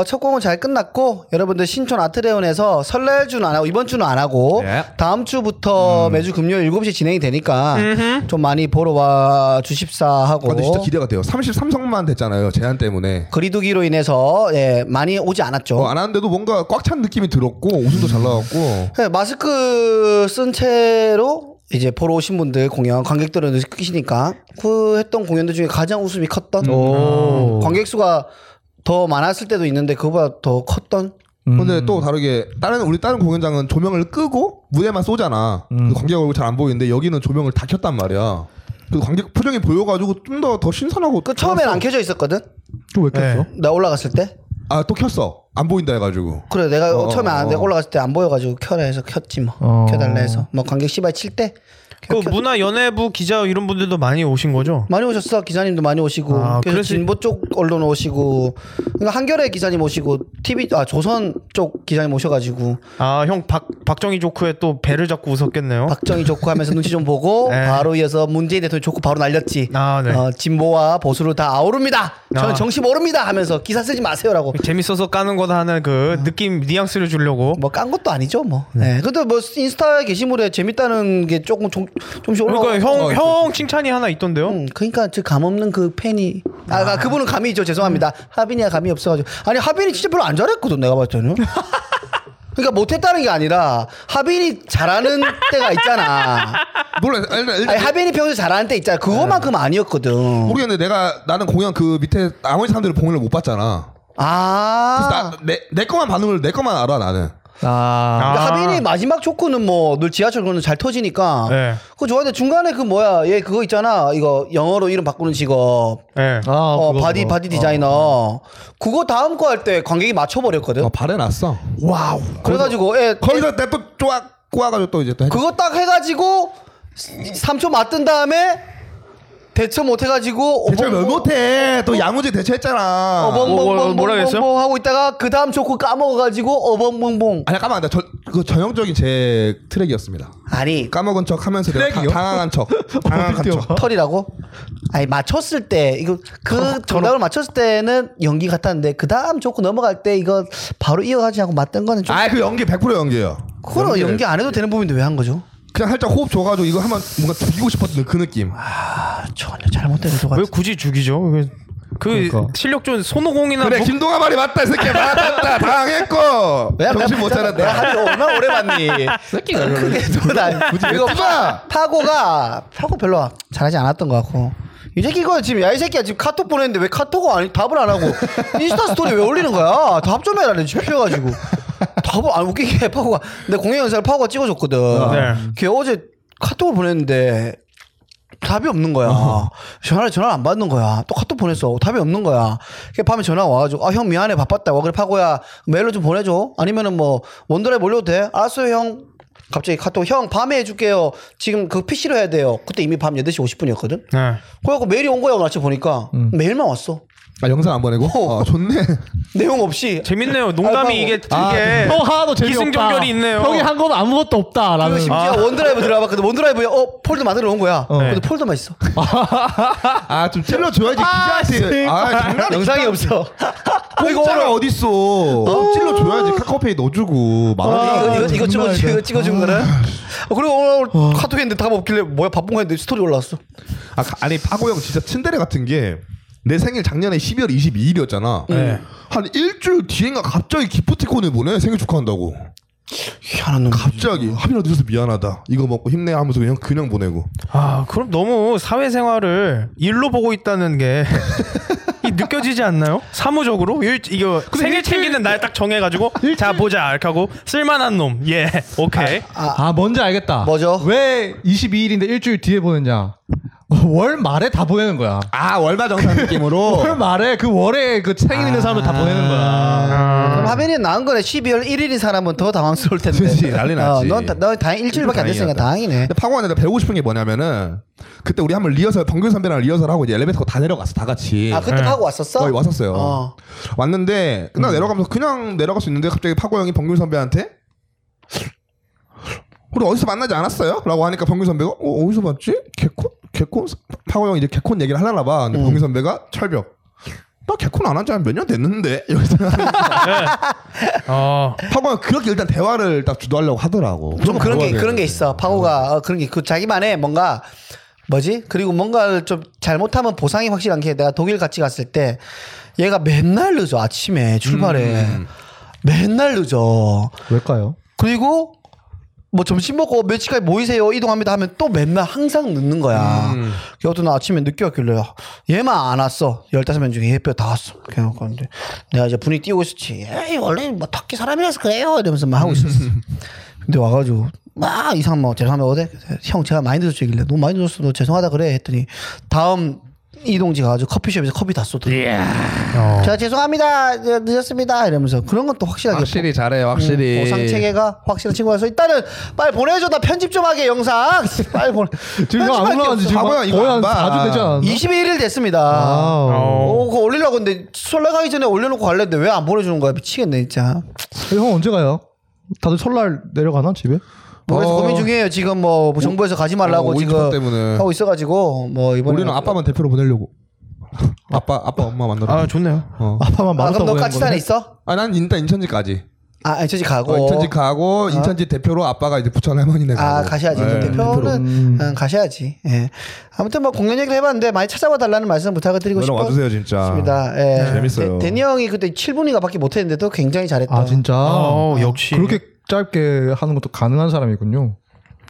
첫 공은 잘 끝났고 여러분들 신촌 아트레온에서 설날 주는 안 하고 이번 주는 안 하고
네.
예.
다음 주부터 매주 금요일 7시 진행이 되니까 좀 많이 보러 와 주십사 하고
어?
아, 근데 진짜 기대가 돼요 33성만 됐잖아요 제한 때문에
거리두기로 인해서 예, 많이 오지 않았죠.
어, 안 하는데도 뭔가 꽉 찬 느낌이 들었고 웃음도 잘 나왔고
네, 마스크 쓴 채로 이제 보러 오신 분들 공연 관객들은 느끼시니까 그 했던 공연들 중에 가장 웃음이 컸던 관객 수가 더 많았을 때도 있는데 그보다 더 컸던
근데 또 다르게 다른 우리 다른 공연장은 조명을 끄고 무대만 쏘잖아. 근데 관객 얼굴 잘 안 보이는데 여기는 조명을 다 켰단 말이야. 그 관객 표정이 보여가지고 좀 더 더 신선하고.
그 처음엔
그렇죠.
안 켜져 있었거든
또왜
네.
켰어?
나 올라갔을 때
아또 켰어. 안 보인다 해가지고.
그래 내가
어,
처음에 안,
어.
내가 올라갔을 때 안 보여가지고 켜라 해서 켰지 뭐
어.
켜달라 해서 뭐 관객 씨발 칠때
그 문화 연예부 기자 이런 분들도 많이 오신 거죠?
많이 오셨어 기자님도 많이 오시고
아,
그래서
그래서-
진보 쪽 언론 오시고 그러니까 한겨레 기자님 오시고 TV 아 조선 쪽 기자님 오셔가지고
아형박 박정희 조크에 또 배를 잡고 웃었겠네요.
박정희 좋고 하면서 눈치 좀 보고
어? *laughs* 네.
바로 이어서 문재인 대통령 좋고 바로 날렸지.
아, 네.
어, 진보와 보수로 다 아우릅니다. 저는
아.
정치 모릅니다 하면서 기사 쓰지 마세요라고.
재밌어서 까는 거다 하는 그 느낌 뉘앙스를 주려고.
뭐 깐 것도 아니죠 뭐. 네. 근데 뭐 인스타 게시물에 재밌다는 게 조금 좀, 조금씩 올라오고.
그러니까 형 형 칭찬이 하나 있던데요.
뭐, 음, 그러니까 저 감 없는 그 팬이 아, 아, 그분은 감이 있죠 죄송합니다
음.
하빈이야 감이 없어가지고 아니 하빈이 진짜 별로 안 잘했거든 내가 봤을
*laughs*
때는 그러니까 못했다는 게 아니라 하빈이 잘하는 때가
*laughs*
있잖아
몰라. 일단, 일단
아니, 하빈이 평소에 잘하는 때 있잖아 그거만큼 아니었거든
모르겠는데 내가 나는 공연 그 밑에 나머지 사람들은 공연을 못 봤잖아. 그래서
아.
나, 내, 내 것만 반응을내 것만 알아 나는.
아,
근데
아.
하빈이 마지막 초코는 뭐 늘 지하철 그거는 잘 터지니까
네.
그거 좋아하는데 중간에 그 뭐야 얘 그거 있잖아 이거 영어로 이름 바꾸는 직업
예.
아
어,
그거,
바디
그거.
바디 디자이너 그거 다음 거 할 때 관객이 맞춰버렸거든
어, 발해놨어.
와우 그래가지고 예, 애, 애-
거기서 내또
그
쪼악 꼬아가지고 또 이제 또. 했-
그거 딱 해가지고 3초 맞든 다음에 대처 못 해가지고
대체 왜
어벙-
못해? 또 야무지 대처했잖아.
어벙벙벙
뭐, 뭐, 뭐라 그랬어요?
어벙벙벙 하고 있다가 그 다음 조커 까먹어가지고 어벙벙벙
아니 까만 안다. 그 전형적인 제 트랙이었습니다.
아니
까먹은 척하면서 내가 다-
트랙이요?
*laughs*
당황한 척,
뭐
당황한
어디
척.
뛰어가?
털이라고? 아니 맞췄을 때 이거 그 정답을 맞췄을 때는 연기 같았는데 그 다음 조커 넘어갈 때 이거 바로 이어가지 않고 맞던 거는 좀
아그 연기 100% 연기예요.
그거는
연기를-
연기 안 해도 되는 부분인데 왜 한 거죠?
그냥 살짝 호흡 줘가지고 이거 하면 뭔가 죽이고 싶었던 그 느낌.
아, 전혀 잘못된 것같
왜
은
굳이 죽이죠? 왜- 그 실력준 손오공이나
그래
뭐-
김동아 말이 맞다 이 새끼야
*laughs*
맞다 당했고 정신 못
내가
차렸다.
하기 얼마나 오래 봤니? 새끼가 그게 또나 이거
마!
파고가 파고 별로 잘하지 않았던 것 같고 이 새끼 이거 지금 야 이 새끼야 지금 카톡 보냈는데 왜 카톡을 안 답을 안 하고 인스타 스토리 왜 올리는 거야? 답 좀 해라 내 집혀가지고 답을 안 웃기게 해, 파고가 내 공연 영상을 파고가 찍어줬거든.
네.
아, 걔 어제 카톡을 보냈는데 답이 없는 거야. 전화를 전화 를안 받는 거야. 또 카톡 보냈어. 답이 없는 거야. 그 밤에 전화 와가지고 아 형 미안해 바빴다고 그래 파고야 메일로 좀 보내줘. 아니면은 뭐 원더랩 올려도 돼. 알았어요 형. 갑자기 카톡 형 밤에 해줄게요. 지금 그 PC로 해야 돼요. 그때 이미 밤 8시 50분이었거든.
네.
그래갖고 메일이 온 거야 오늘 아침 보니까 메일만 왔어.
아 영상 안 보내고? 어 좋네.
내용 없이
재밌네요. 농담이
아이고.
이게
아,
되게
형 하나도 재미없다.
기승전결이 있네요.
형이 한 건 아무것도
그리고
없다라는.
심지어 원드라이브 들어가봤거든. 원드라이브에 어 폴더 만들어 놓은 거야. 근데
네.
폴더만 있어.
아좀 찔러 줘야지 기자한테. 아 장난.
*laughs* 영상이 없어. 어, 이거
공짜가
오늘
어디 있어? 찔러 줘야지 카카오페이 넣어주고 만 원.
아, 이거 이거 이거 찍어 이거 찍어준 거는 어, 그리고 오늘 카톡했는데 답 없길래 뭐야 바쁜 거 했는데 스토리 올라왔어
아, 가- 아니 파고 형 진짜 츤데레 같은 게 내 생일 작년에 12월 22일이었잖아.
예.
한 일주일 뒤인가 갑자기 기프티콘을 보내 생일 축하한다고.
희한한 놈
갑자기 하빈아 늦어서 미안하다. 이거 먹고 힘내 하면서 그냥 그냥 보내고.
아 그럼 너무 사회생활을 일로 보고 있다는 게. *laughs* 이 느껴지지 않나요? 사무적으로 일, 이거 생일 챙기는 날 딱 정해가지고 자 보자 이렇게 하고 쓸만한 놈 예 오케이
아 뭔지 알겠다.
뭐죠?
왜 22일인데 일주일 뒤에 보냈냐? *laughs* 월 말에 다 보내는 거야.
아 월마 *laughs* 정산 느낌으로.
월 말에 그 월에 그 생일 있는 사람들 다 보내는 거야.
그럼 하빈이 나은 거네 12월 1일인 사람은 더 당황스러울 텐데 어,
그치, 난리 났지.
넌, 다- 넌 다행 일주일밖에 안 됐으니까 다행이네
근데 파고한테 내가 배우고 싶은 게 뭐냐면은 그때 우리 한번 리허설 범규 선배랑 리허설하고 이제 엘리베이터 타고 다 내려갔어 다 같이.
아 그때 하고 왔었어?
거의 왔었어요.
어.
왔는데 그날
음.
내려가면서 그냥 내려갈 수 있는데 갑자기 파고 형이 범규 선배한테 우리 어디서 만나지 않았어요? 라고 하니까 범규 선배가 어, 어디서 봤지? 개콘? 개콘? 파고 형이 이제 개콘 얘기를 하려나 봐. 근데
음.
범규 선배가 철벽. 나 개콘 안 한 지 한 몇 년 됐는데 *laughs* 이러면서
어
파고 형 그렇게 일단 대화를 딱 주도하려고 하더라고.
좀 그런 게
배워야
그런 게
되는데.
있어 파고가 어, 그런 게 그 자기만의 뭔가 뭐지 그리고 뭔가를 좀 잘못하면 보상이 확실한 게 내가 독일 같이 갔을 때 얘가 맨날 늦어 아침에 출발해 맨날 늦어
왜일까요?
그리고 뭐 점심 먹고 며칠까지 모이세요 이동합니다 하면 또 맨날 항상 늦는 거야. 그 어떤 날 아침에 늦게 왔길래 얘만 안 왔어. 15명 중에 얘 뼈 다 왔어. 그냥 그런데 내가 이제 분위기 띄우고 있었지. 에이 원래 뭐 터키 사람이라서 그래요 이러면서 막 하고 있었어. *laughs* 근데 와가지고 막 이상 뭐 죄송합니다 어때? 형 제가 많이 늦었죠 이길래 너무 많이 늦었어 너 죄송하다 그래 했더니 다음 이동지 가가지고 커피숍에서 커피 다 쏟아.
어.
제가 죄송합니다 제가 늦었습니다 이러면서 그런 것도 확실하게
확실히 잘해 확실히.
어, 보상 체계가 확실한 친구가 있어. 일단은 빨리 보내줘 나 편집 좀 하게 영상. *laughs* 빨리 보내.
지금 형안
음. 편집할 게
올라왔는지
없어.
지금
바보야,
거의
이거 안
한
봐.
4주 되지 않았나?
21일 됐습니다.
아우.
어.
오, 그거 올리려고 근데 설날 가기 전에 올려놓고 갈랬는데 왜 안 보내주는 거야? 미치겠네, 진짜.
형 언제 가요? 다들 설날 내려가나 집에?
그래서
어.
고민 중이에요. 지금 뭐 정부에서 가지 말라고
어, 오인
지금
컷 때문에.
하고 있어가지고 뭐 이번에
우리는 아빠만 대표로 보내려고. 아빠 아빠 엄마 만나러.
아 좋네요.
어.
아빠만
아,
말았다
그럼 너
보내는
까치산에
거네.
있어?
아난 일단 인천지까지.
아, 인천지 가고.
어, 인천지 가고 인천지 대표로 아빠가 이제 부천 할머니네 가고.
아 가셔야지
네,
이제 대표는 응, 가셔야지. 예. 아무튼 뭐 공연 얘기를 해봤는데 많이 찾아와 달라는 말씀 부탁드리고
여러분
싶어-
와주세요, 진짜.
싶습니다.
아,
예.
재밌어요.
데, 데니 형이 그때 7분인가밖에 못했는데도 굉장히 잘했다.
아 진짜.
어 역시
그렇게 짧게 하는 것도 가능한 사람이군요.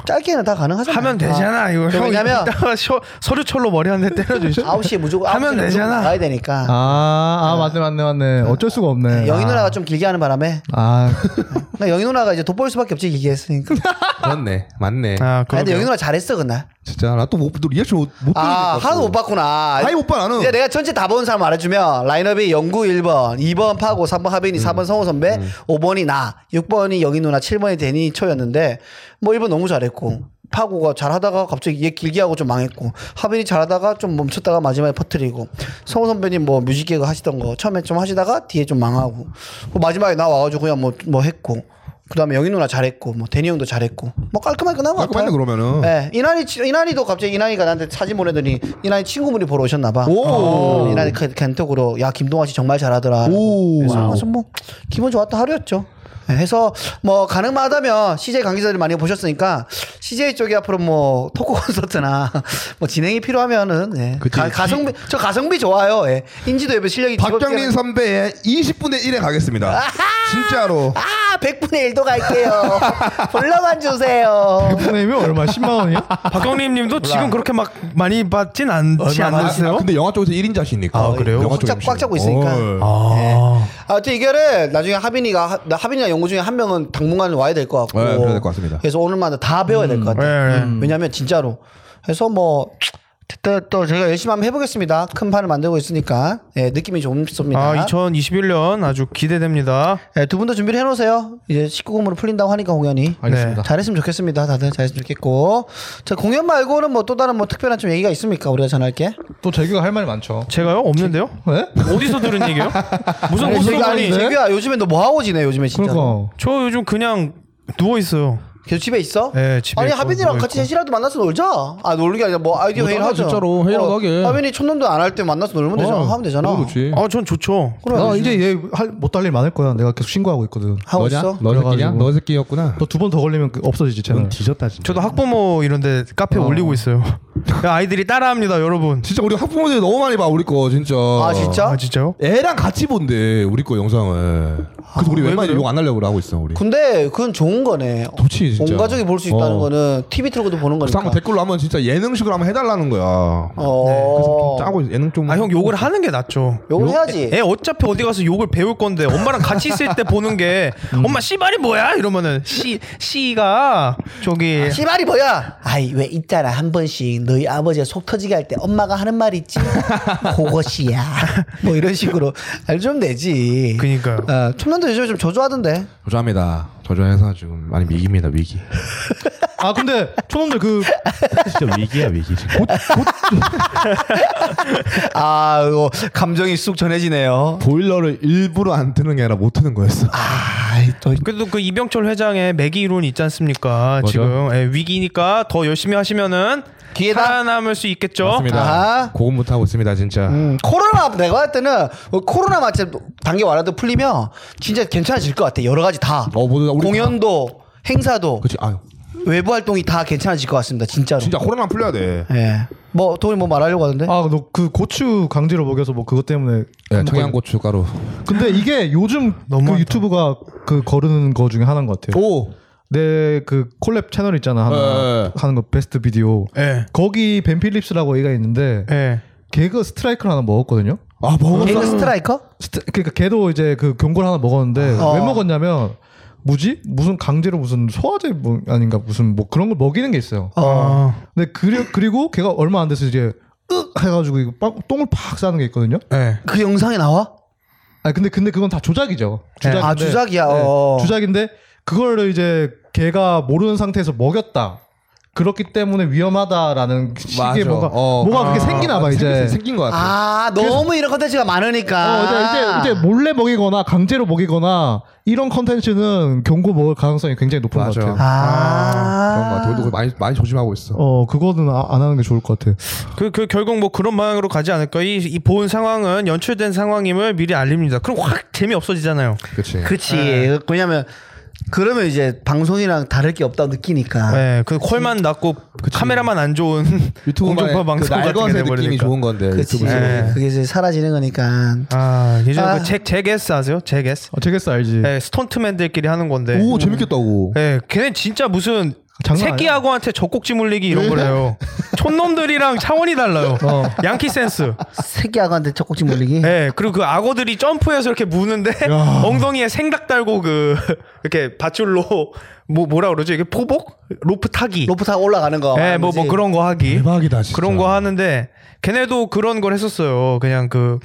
짧게는 다 가능하잖아.
하면 되잖아 그러니까 이거
저
형
왜냐면-
*laughs* 이따가 셔- 서류철로 머리 한 대 때려주시.
아, 9시에 무조건
하면
9시에 무조건
되잖아. 아.
가야 되니까.
아, 아 맞네 맞네 맞네. 어쩔 수가 없네.
영희 누나가 좀 길게 하는 바람에
아,
그러니까 영희 누나가 이제 돋보일 수밖에 없지 길게 했으니까. 아니,
그렇네, 맞네.
아
근데 영희
그러게요.
누나 잘했어 그날.
진짜 나 또못 리액션 못. 못
아 하나도 못 봤구나.
아니 오빠 나는.
이제 내가 전체 다 본 사람 말해주면 라인업이 영구 1번, 2번 파고, 3번 하빈이,
음.
4번 성호
음.
선배, 5번이 나, 6번이 영희 누나, 7번이 데니 초였는데 뭐 1번 너무 잘했고 파고가 잘하다가 갑자기 얘 길게 하고 좀 망했고 하빈이 잘하다가 좀 멈췄다가 마지막에 퍼뜨리고 성우 선배님 뭐 뮤직 개그 하시던 거 처음에 좀 하시다가 뒤에 좀 망하고 그 마지막에 나 와가지고 그냥 뭐 뭐 했고 그다음에 영희 누나 잘했고 뭐 대니 형도 잘했고 뭐 깔끔하게 끝난 것 같아요.
깔끔했네 그러면은.
예, 이난이 치- 이난이도 갑자기 이난이가 나한테 사진 보내더니 이난이 친구분이 보러 오셨나 봐. 어, 이난이 그 겐톡으로 야 김동완 씨 정말 잘하더라. 그래서 그래서 뭐 기분 좋았던 하루였죠. 예, 해서 뭐 가능하다면 CJ 관계자들 많이 보셨으니까 CJ 쪽에 앞으로 뭐 토크 *laughs* 콘서트나 뭐 진행이 필요하면은 예. 가, 가성비 저 가성비 좋아요. 예. 인지도 예배 실력이
박정린
뒤집어지게
선배의 20분의 1에 가겠습니다. 진짜로.
아 100분의 1도 갈게요. *laughs* 불러만 주세요.
보내면 얼마 10만 원이야?
박경림님도 지금 그렇게 막 많이 받진 않지
아,
않으세요?
아, 근데 영화 쪽에서 1인자시니까.
아, 그래요?
영화
꽉 잡- 꽉 잡고
MC니까.
있으니까.
어.
아.
아, 또 이거를 나중에 하빈이가 하- 나 하빈이랑 영구 중에 한 명은 당분간 와야 될 것 같고.
네, 그래야 될것 같습니다.
그래서 오늘마다 다 배워야 될 것 같아요.
네, 네.
음. 왜냐면 진짜로. 그래서 뭐 그때 또 제가 열심히 한번 해보겠습니다. 큰 판을 만들고 있으니까 예, 느낌이 좋습니다.
아, 2021년 아주 기대됩니다.
예, 두 분도 준비를 해놓으세요. 이제 19금으로 풀린다고 하니까 공연이
알겠습니다.
네, 잘했으면 좋겠습니다. 다들 잘했으면 좋겠고. 자 공연 말고는 뭐 또 다른 뭐 특별한 좀 얘기가 있습니까? 우리가 전할게.
또 재규가 할 말이 많죠.
제가요? 없는데요?
네?
어디서 들은 얘기예요? 무슨
아니,
곳으로
재규, 아니,
보니?
재규야 요즘에 너 뭐 하고 지내? 요즘에 진짜.
그러니까
저 요즘 그냥 누워 있어요.
계속 집에 있어?
네, 집에
아니
있고
하빈이랑
누워
같이
있고.
셋이라도 만나서 놀자. 아 놀는 게 아니라 뭐 아이디어
뭐
회의를
짜자,
하자.
진짜로 회의라도 하게.
하빈이 촌놈도 안 할 때 만나서 놀면
어,
되잖아. 하면 되잖아. 어,
너무 좋지.
아, 전 좋죠.
그래.
나 이제 얘못 달릴 많을 거야. 내가 계속 신고하고 있거든.
하고 있어.
너 새끼냐?
그래가지고.
너 새끼였구나.
너 두 번 더 걸리면 그 없어지지 채널.
뒤졌다 진짜.
저도 학부모 이런데 카페 올리고 있어요. 야, 아이들이 따라합니다, 여러분.
진짜 우리 학부모들이 너무 많이 봐 우리 거 진짜.
아 진짜?
아, 진짜요?
애랑 같이 본대 우리 거 영상을.
아,
그래서 우리 웬만히 욕안 하려고 하고 있어 우리.
근데 그건 좋은 거네.
좋지, 진짜.
온 가족이 볼 수 있다는
어.
거는 TV 틀고도 보는
그래서
거니까.
한번 댓글로 한번 진짜 예능식으로 한번 해달라는 거야.
어.
짜고 예능 좀.
아, 형 욕을 하는 게 낫죠.
욕을 해야지.
애 어차피 어디 가서 욕을 배울 건데 엄마랑 같이 있을 때 보는 게
음.
엄마 씨발이 뭐야 이러면은 씨 씨가 저기
아, 시발이 뭐야? 아이 왜 있잖아 한 번씩 너희 아버지가 속 터지게 할 때 엄마가 하는 말 있지? 그것이야. 뭐 이런 식으로 알좀 내지.
그니까요.
어, 촌놈도 요즘에 좀 저조하던데.
저조합니다. 저조해서 지금 많이 위기입니다 위기.
아 근데 초놈들 그
*laughs* 진짜 위기야 위기. 지금.
아, 이거 감정이 쑥 전해지네요.
보일러를 일부러 안 트는 게 아니라 못 트는 거였어.
아, 또
그래도 그 이병철 회장의 매기 이론 있지 않습니까? 지금 예, 위기니까 더 열심히 하시면은
기회다.
살아남을 수 있겠죠.
아하.
고군분투 하고 있습니다 진짜.
음, 코로나 내가 할 때는 뭐 코로나 마치 단계 완화도 풀리면 진짜 괜찮아질 것 같아. 여러 가지 다.
어, 모두 다 우리
공연도 행사도
그렇지. 아유.
외부 활동이 다 괜찮아질 것 같습니다. 진짜로.
진짜 코로나 풀려야 돼.
예. 뭐 돈이 뭐 말하려고 하는데.
아 너 그 고추 강제로 먹여서 뭐 그것 때문에
예,
한 번-
청양고추가루.
근데 이게 요즘 그 유튜브가 그 거르는 거 중에 하나인 것 같아요.
오.
내 그 콜랩 채널 있잖아 하나
예, 예.
하는 거 베스트 비디오.
예.
거기 벤 필립스라고 애가 있는데
예.
걔가 스트라이크를 하나 먹었거든요.
아 먹었어.
개그 스트라이커?
스트- 그러니까 걔도 이제 그 경고를 하나 먹었는데
어.
왜 먹었냐면 뭐지 무슨 강제로 무슨 소화제 뭐 아닌가 무슨 뭐 그런 걸 먹이는 게 있어요.
아.
근데 그리, 그리고 걔가 얼마 안 돼서 이제 윽 해가지고 이거 빵, 똥을 팍 싸는 게 있거든요.
예.
그 영상에 나와?
아 근데 근데 그건 다 조작이죠. 조작인데, 네.
아, 조작이야. 어.
조작인데 그거를 이제 걔가 모르는 상태에서 먹였다. 그렇기 때문에 위험하다라는 식의
맞아.
뭔가
어.
뭐가
아,
그게 생기나 봐 이제.
생긴, 생긴 것 같아.
아, 너무 이런 컨텐츠가 많으니까.
어, 이제, 이제, 이제
뭐.
몰래 먹이거나 강제로 먹이거나 이런 컨텐츠는 경고 먹을 가능성이 굉장히 높은
맞아.
것 같아요.
아.
그런 거 같아. 우리도 그거 많이 많이 조심하고 있어.
어, 그거는 아- 안 하는 게 좋을 것 같아요.
그, 그 결국 뭐 그런 방향으로 가지 않을까? 이, 이 본 상황은 연출된 상황임을 미리 알립니다. 그럼 확 재미 없어지잖아요.
그렇지.
그치.
예.
왜냐면 그러면 이제 방송이랑 다를 게 없다고 느끼니까.
예. 그 콜만 낮고 카메라만 안 좋은
아. *laughs* 유튜브만의
공중파 방송
그
같은 게
날것의 느낌이
돼버리니까.
좋은 건데.
그치.
유튜브에서.
예.
그게 이제 사라지는 거니까.
아, 예전에
아.
그 잭, 잭에스 아세요? 잭에스?
어, 제게스 알지.
예, 스톤트맨들끼리 하는 건데.
네. 오 재밌겠다고.
예, 걔는 진짜 무슨
장난 아니야. 네.
새끼하고한테 젖꼭지 물리기 이런 거래요. 촌놈들이랑 차원이 달라요.
어.
양키 센스.
새끼 아가한테 젖꼭지
음.
물리기.
예, 그리고 그 *laughs* 악어들이 점프해서 이렇게 무는데 엉덩이에 생닭 달고 그 이렇게 밧줄로 뭐 뭐라 그러지 이게 포복 로프 타기
로프 타고 올라가는 거.
예, 뭐, 뭐 그런 거 하기.
대박이다 진짜.
그런 거 하는데 걔네도 그런 걸 했었어요. 그냥 그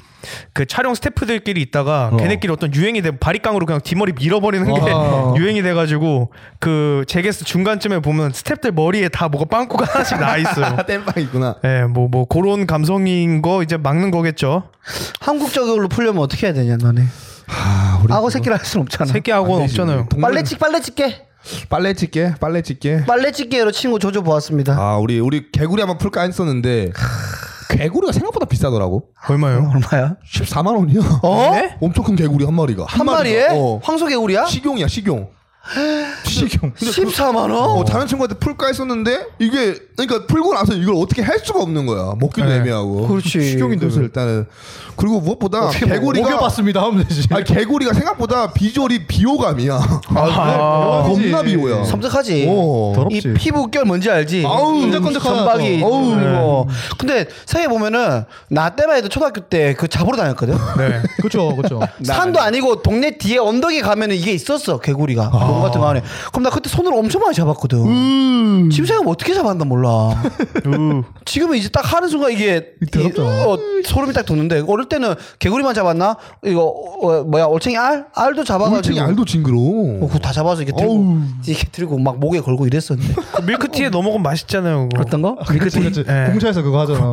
그 촬영 스태프들끼리 있다가 걔네끼리 어떤 유행이 돼 바리깡으로 그냥 뒷머리 밀어버리는
와.
게 *laughs* 유행이 돼가지고 그 제게스 중간쯤에 보면 스태프들 머리에 다 뭐가 빵꾸가 하나씩 나
*laughs*
있어요.
아, 땜빵이구나.
예, 뭐 뭐 그런 감성인 거 이제 막는 거겠죠.
한국적으로 풀려면 어떻게 해야 되냐 너네.
아, 우리 네,
악어 새끼라 할 순 없잖아.
새끼하고는 없잖아요.
동물-
빨래집 빨래집게
빨래 찍게 빨래 찍게
빨래집게로 친구 조조 보았습니다.
아 우리 우리 개구리 한번 풀까 했었는데 개구리가 생각보다 비싸더라고
얼마요?
얼마야?
14만 원이요 네?
어?
엄청 큰 개구리 한 마리가
한 마리에
마리가, 어.
황소개구리야?
식용이야
*gasps*
식용 식용 근데 그-
14만 원?
어, 다른 친구한테 풀까 했었는데 이게 그러니까 풀고 나서 이걸 어떻게 할 수가 없는 거야 먹기도
네.
애매하고
그렇지.
식용인데 그래서 일단은 그리고 무엇보다 개구리가
아, 먹여봤습니다 하면 되지.
아 개구리가 생각보다 비주얼이 비호감이야
아,
*laughs* 겁나 비호야
섬뜩하지.
어.
이
더럽지.
피부 결 뭔지 알지?
아우,
끈적끈적하다,
전박이.
또.
어우, 이거. 근데 생각해 보면은 나 때만 해도 초등학교 때 그 잡으러 다녔거든.
네.
그렇죠, 그렇죠.
산도 아니고 동네 뒤에 언덕에 가면은 이게 있었어 개구리가 몸 같은 거 안에. 그럼 나 그때 손으로 엄청 많이 잡았거든. 지금 생각하면 어떻게 잡았나 몰라. 지금은 이제 딱 하는 순간 이게
더럽죠.
이- 어, 소름이 딱 돋는데 어릴 때는 개구리만 잡았나? 이거 어, 뭐야 올챙이 알? 알도 잡아가지고.
물탱이 알도 징그러
어, 그거 다 잡아서 이렇게 들고 이렇게 들고 막 목에 걸고 이랬었는데
그 밀크티에 넣어먹으면 맛있잖아요. 그거.
어떤 거?
그렇지, 그렇지.
예.
공차에서 그거 하잖아.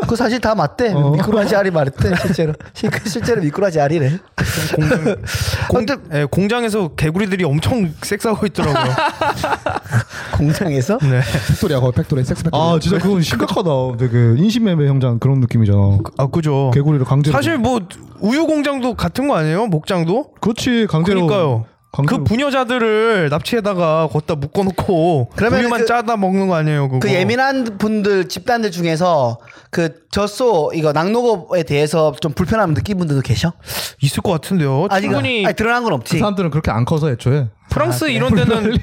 그거 사실 다 맞대 미꾸라지 알이 말했대 실제로 실- 실제로 미꾸라지 알이래
*laughs* 공,
근데
예, 공장에서 개구리들이 엄청 *laughs* 섹스하고 있더라고요.
공장에서
네.
팩토리야 거기 팩토리 섹스 팩토리
아, 진짜 그건 심각하다. 되게 인신매매 형장 그런 느낌이잖아.
아 그죠.
개구리를 강제로.
사실 뭐 우유 공장도 같은 거 아니에요? 목장도?
그렇지, 강제로.
그러니까요.
강제로.
그 부녀자들을 납치해다가 걷다 묶어놓고
그러면
우유만
그-
짜다 먹는 거 아니에요? 그거.
어.
그 예민한 분들 집단들 중에서 그 젖소 이거 낙농업에 대해서 좀 불편함 느낀 분들도 계셔?
어,
있을 것 같은데요.
아직
충분히
아니, 그 아, 드러난 건 없지.
사람들은 그렇게 안 커서 애초에.
프랑스 이런 데는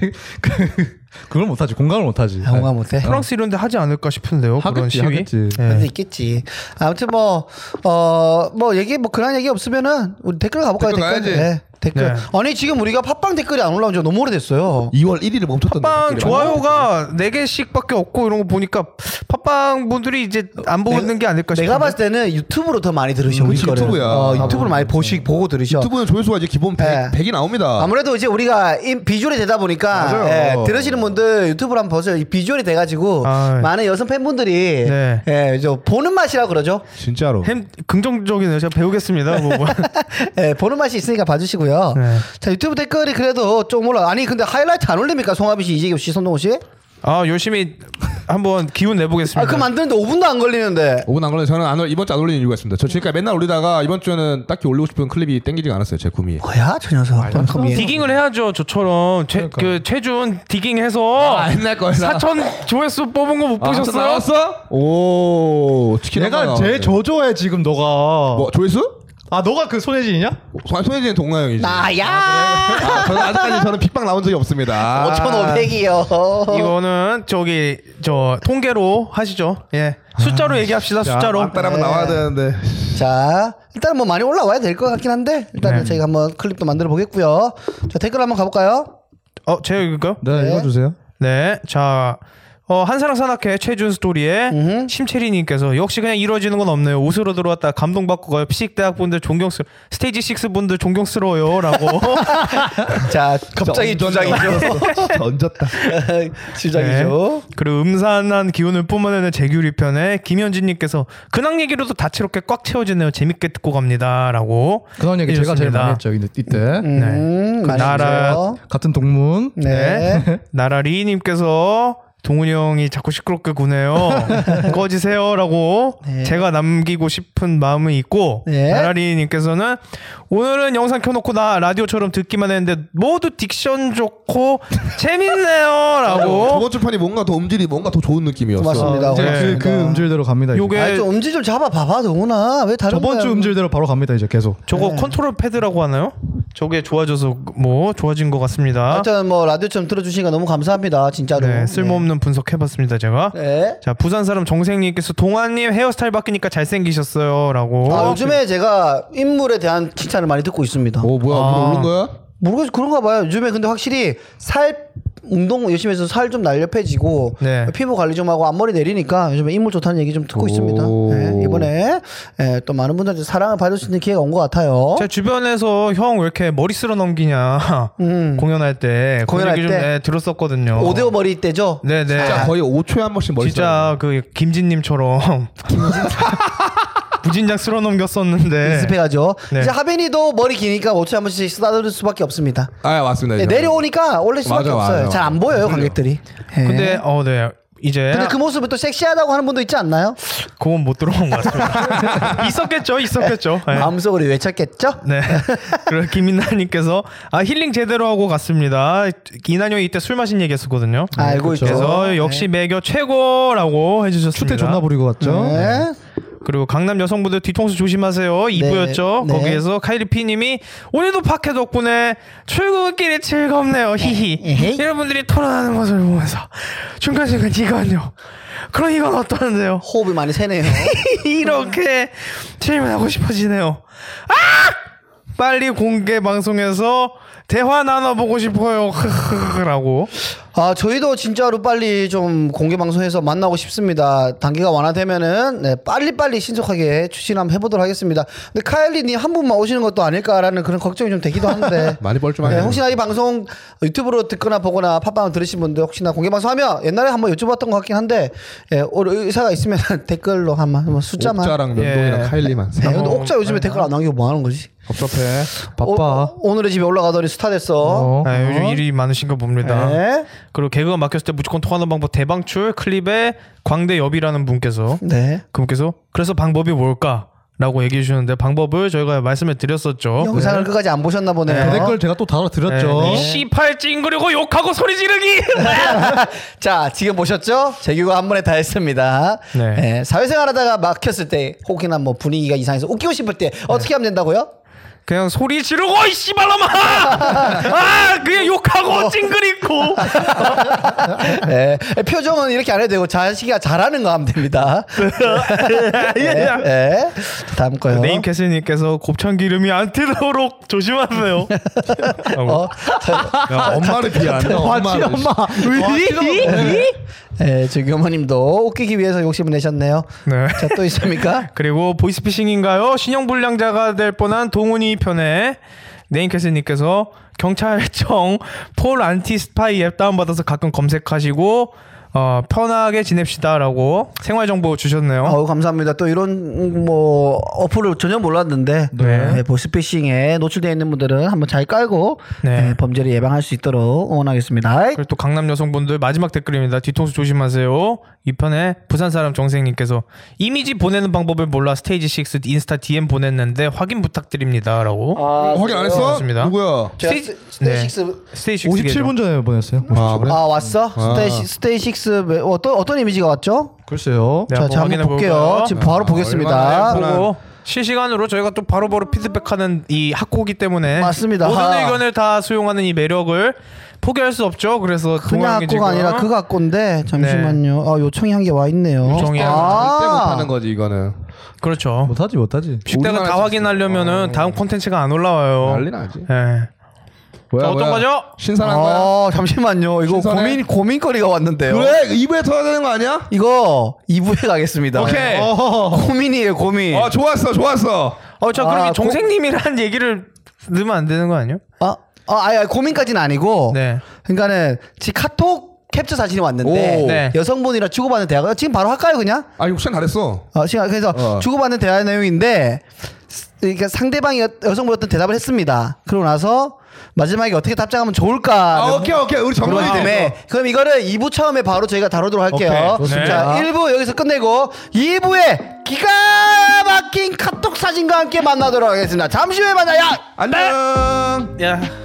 *laughs* 그걸 못하지, 공감을 못하지.
아, 공감 못해.
네.
프랑스 이런 데 하지 않을까 싶은데요. 그런
하겠지,
시위.
하겠지.
예.
그래도 있겠지. 아무튼 뭐, 어, 뭐 얘기, 뭐 그런 얘기 없으면은 우리 댓글 가볼까요?
댓글 가야지.
네, 댓글.
네.
아니, 지금 우리가 팟빵 댓글이 안 올라온 지 너무 오래됐어요.
2월 1일에 멈췄던
팟빵
댓글이
좋아요가 4개씩밖에 없고 이런 거 보니까 팟빵 분들이 이제 안 보고 있는 게 아닐까 싶어요.
내가 봤을 때는 유튜브로 더 많이 들으셔, 우리
그치,
거를.
유튜브야.
어,
아,
유튜브로 많이 보시, 보고 들으셔.
유튜브는 조회수가 이제 기본 100,
네.
100이 나옵니다.
아무래도 이제 우리가 이 비주얼이 되다 보니까
어. 맞아요.
예, 들으시는 분들 유튜브를 한번 보세요. 이 비주얼이 돼가지고
아, 예.
많은 여성 팬분들이
네.
예, 저 보는 맛이라 그러죠. *laughs*
진짜로.
햄 긍정적이네요. 제가 배우겠습니다. 뭐, 뭐.
예, 보는 맛이 있으니까 봐주시고요.
네.
자 유튜브 댓글이 그래도 좀 올라. 아니 근데 하이라이트 안 올립니까? 송하빈 씨, 이재규 씨, 손동호 씨?
아 열심히 한번 기운 내보겠습니다.
아, 그 만드는데 5분도 안 걸리는데.
5분 안 걸려 저는 안 올- 이번 주 안 올리는 이유가 있습니다. 저 지금까지 맨날 올리다가 이번 주에는 딱히 올리고 싶은 클립이 땡기지가 않았어요. 제 구미에.
뭐야 저 녀석?
예.
덤컴이.
디깅을 해야죠. 저처럼 최, 그 최준 디깅해서
아, 옛날 거야. 아,
사천 조회수 뽑은 거 못 보셨어요?
나왔어? 오, 치킨
얘가
하나
제
나왔네.
저조해 지금 너가.
뭐 조회수?
아, 너가 그 손혜진이냐?
손- 손예진 동나 형이지.
나야.
아, 저는 아직까지 저는 빅방 나온 적이
아,
없습니다. 어.
5,500이요.
이거는 저기 저 통계로 하시죠. 예, 숫자로 얘기합시다. 숫자로.
아, 숫자로 아, 따라 한번
네.
나와야 되는데.
자 일단 뭐 많이 올라와야 될 것 같긴 한데 일단은
네.
저희가 한번 클립도 만들어 보겠고요. 자 댓글 한번 가볼까요?
어, 제가 읽을까요?
네, 읽어주세요.
네, 자. 어, 한사랑 산악회 최준 스토리에 심채리님께서 역시 그냥 이루어지는 건 없네요. 옷으로 들어왔다 감동받고 가요. 피식 대학분들 존경스 스테이지 6 분들 존경스러워요라고.
*laughs*
자 갑자기
아,
주장이죠.
던졌다.
*laughs* 주장이죠.
네. 그리고 음산한 기운을 뿜어내는 재규리 편에 김현진님께서 근황 얘기로도 다채롭게 꽉 채워지네요. 재밌게 듣고 갑니다라고.
그런 얘기 제가 제일
해주셨습니다.
많이 했죠, 이때. 이때.
음,
그
많이
나라-
주세요.
같은 동문.
네.
*laughs* 네. 나라리님께서 동훈이 형이 자꾸
*laughs*
시끄럽게 구네요. 꺼지세요라고
네.
제가 남기고 싶은 마음이 있고
네.
나라리님께서는 오늘은 영상 켜놓고 나 라디오처럼 듣기만 했는데 모두 딕션 좋고 재밌네요라고.
*laughs*
저번 주 판이 뭔가 더 음질이 뭔가 더 좋은 느낌이었어.
고맙습니다.
이제
고맙습니다.
그, 그 음질대로 갑니다. 이제.
요게
아니, 좀 음질 좀 잡아 봐봐 동훈아 왜 다른
저번
거야?
주 음질대로 바로 갑니다, 이제 계속.
저거
네.
컨트롤 패드라고 하나요? 저게 좋아져서 뭐 좋아진 것 같습니다.
하여튼 뭐 라디오처럼 들어주시니까 너무 감사합니다 진짜로
네, 쓸모없는 분석해봤습니다 제가.
네. 네.
자 부산 사람 정생님께서 동아님 헤어스타일 바뀌니까 잘생기셨어요라고.
아, 요즘에 제가 인물에 대한 칭찬을 많이 듣고 있습니다
오 뭐야? 물어 오른 거야?
모르겠어 그런가 봐요. 요즘에 근데 확실히 살 운동 열심히 해서 살 좀 날렵해지고
네.
피부 관리 좀 하고 앞머리 내리니까 요즘에 인물 좋다는 얘기 좀 듣고 있습니다. 네, 이번에 예, 또 많은 분들한테 사랑을 받을 수 있는 기회가 온 것 같아요.
제 주변에서 형 왜 이렇게 머리 쓸어 넘기냐
음.
*laughs* 공연할 때
공연할
공연할 때
때?
네, 들었었거든요.
오데오 머리 때죠.
어. 네네.
진짜 거의 5초에 한 번씩 머리
진짜 그 김진님처럼 *laughs* 부진작 쓸어 넘겼었는데
인습해가죠.
네.
이제 하빈이도 머리 기니까 5초에 한 번씩 쓰다듬을 수밖에 없습니다.
아 맞습니다.
네,
이제.
내려오니까 올릴 수밖에
맞아,
없어요.
맞아.
잘 안 보여요 관객들이. 예.
근데 어 네. 이제
근데 그 모습을 또 섹시하다고 하는 분도 있지 않나요?
그건 못 들어온 것 같습니다. *laughs* 있었겠죠, 있었겠죠. 네.
마음속으로 외쳤겠죠?
네. 그리고 김민나님께서 아 힐링 제대로 하고 갔습니다. 이난영 이때 술 마신 얘기했었거든요.
알고 있죠.
그래서 역시 매겨 최고라고 해주셨습니다.
추태 존나 부리고 갔죠.
네.
그리고 강남 여성분들 뒤통수 조심하세요. 2부였죠.
네.
거기에서 카이리 피님이 오늘도 팟캐 덕분에 출근길이 즐겁네요. 히히.
에헤이.
여러분들이 토론하는 것을 보면서 중간중간 이건요. 그럼 이건 어떠는데요?
호흡이 많이 새네요.
*laughs* 이렇게 질문하고 싶어지네요. 아! 빨리 공개 방송에서 대화 나눠보고 싶어요. 크크크라고.
아 저희도 진짜로 빨리 좀 공개 방송에서 만나고 싶습니다. 단계가 완화되면은 네, 빨리 빨리 신속하게 추진 한번 해보도록 하겠습니다. 근데 카일리님 한 분만 오시는 것도 아닐까라는 그런 걱정이 좀 되기도 하는데.
많이
네,
뻘쭘하네요.
혹시나 이 방송 유튜브로 듣거나 보거나 팟빵 들으신 분들 혹시나 공개 방송하면 옛날에 한번 여쭤봤던 것 같긴 한데 예, 오늘 의사가 있으면 *laughs* 댓글로 한번 한번 숫자만.
옥자랑 명동이랑
예.
카일리만 세
네,
명.
근데 옥자 요즘에 댓글 안 남기고 뭐 하는 거지?
섭섭해.
어,
바빠.
오, 오늘의 집에 올라가더니 스타 됐어.
아, 요즘 일이 많으신가 봅니다.
네.
그리고 개그가 막혔을 때 무조건 통하는 방법 대방출 클립에 광대엽이라는 분께서
네.
그분께서 그래서 방법이 뭘까? 라고 얘기해 주셨는데 방법을 저희가 말씀을 드렸었죠.
영상을 끝까지 안 보셨나 보네요.
그 댓글 제가 또 달아드렸죠.
네, 이 씨팔 찡그리고 욕하고 소리
*laughs*
지르기.
자, 지금 보셨죠? 재규가 한 번에 다 했습니다.
네.
예, 사회생활 하다가 막혔을 때 혹이나 뭐 분위기가 이상해서 웃기고 싶을 때
네.
어떻게 하면
*laughs*
된다고요?
그냥 소리 지르고 이 씨발놈아. 아 그냥
어.
욕하고 찡그리고.
예, 표정은 이렇게 안 해도 되고 자식이가 잘하는 거 하면 됩니다. *laughs* 예, 예. 다음 거요.
네, 네임캐슬님께서 곱창 기름이 안 튀도록
*laughs*
조심하세요.
어?
야, 엄마를 비하하네. 엄마를.
엄마.
네.
예, 재규 어머님도 웃기기 위해서 욕심을 내셨네요.
네.
자, 또 있습니까?
그리고 보이스피싱인가요? 신용불량자가 될 뻔한 동훈이 편에 네임캐슬님께서 경찰청 폴 안티 스파이 앱 다운받아서 가끔 검색하시고 어, 편하게 지냅시다라고 생활 정보 주셨네요.
어?
아우 감사합니다. 또 이런 음, 뭐 어플을 전혀 몰랐는데
네.
네, 보스피싱에 노출되어 있는 분들은 한번 잘 깔고
네.
네, 범죄를 예방할 수 있도록 응원하겠습니다. 아이,
그렇죠.
그리고 또 강남 여성분들 마지막 댓글입니다. 뒤통수 조심하세요. 이 편에 부산 사람 정생님께서 이미지 보내는 방법을 몰라 스테이지 6 인스타 DM 보냈는데 확인 부탁드립니다라고.
어, 확인 안 했어?
맞습니다.
누구야?
아, 제가
아, 스테이지- 네.
스- 스테이식스
스테이지 6
57분 전에 보냈어요. 뭐
아 그래?
아 왔어? 스테이 스테이식스 매- 어떤 어떤 이미지가 왔죠?
글쎄요.
네,
자,
한번
자 한번
확인해
볼게요.
볼까요?
지금 바로
아,
보겠습니다.
얼마나
보고 실시간으로 저희가 또 바로바로 피드백하는 이 학고기 때문에
맞습니다.
모든
하.
의견을 다 수용하는 이 매력을 포기할 수 없죠. 그래서
그냥
동양이 지금
학고가 아니라 그 학고인데
네.
잠시만요. 아 요청이 한 게 와 있네요.
요청이
절대
한
아,
못하는 거지 이거는.
그렇죠.
못하지 못하지.
쉽다가
뭐 우리나라
다
진짜-
확인하려면은 다음 콘텐츠가 안 올라와요.
아, 네. 난리 나지.
예.
뭐야
어. 자, 어떤
뭐야.
거죠?
신선한 거야.
아 잠시만요. 이거
신선해?
고민 고민거리가 왔는데요.
그래 입에 터야 되는 거 아니야?
이거 2부에 가겠습니다. 어.
오케이.
고민이에요,
예.
고민.
어 좋았어 좋았어.
어, 저 그럼
아,
이 정생님이란 얘기를 넣으면 안 되는 거 아니에요?
아, 아, 아니, 아니, 고민까지는 아니고.
네.
그러니까는 지금 카톡 캡처 사진이 왔는데
오.
네.
여성분이랑 주고받는 대화가 지금 바로 할까요, 그냥?
아 욕심 잘했어.
어, 시간 그래서
어.
주고받는 대화 내용인데 그러니까 상대방이 여- 여성분이 어떤 대답을 했습니다. 그러고 나서 마지막에 어떻게 답장하면 좋을까?
아 오케이 오케이 우리 정리돼.
네. 그런 다음에 그럼 이거를 2부 처음에 바로 저희가 다루도록 할게요.
오케이, 좋습니다.
자, 1부 여기서 끝내고 2부에 기가 막힌 카톡 사진과 함께 만나도록 하겠습니다. 잠시 후에 만나요.
안녕.
야.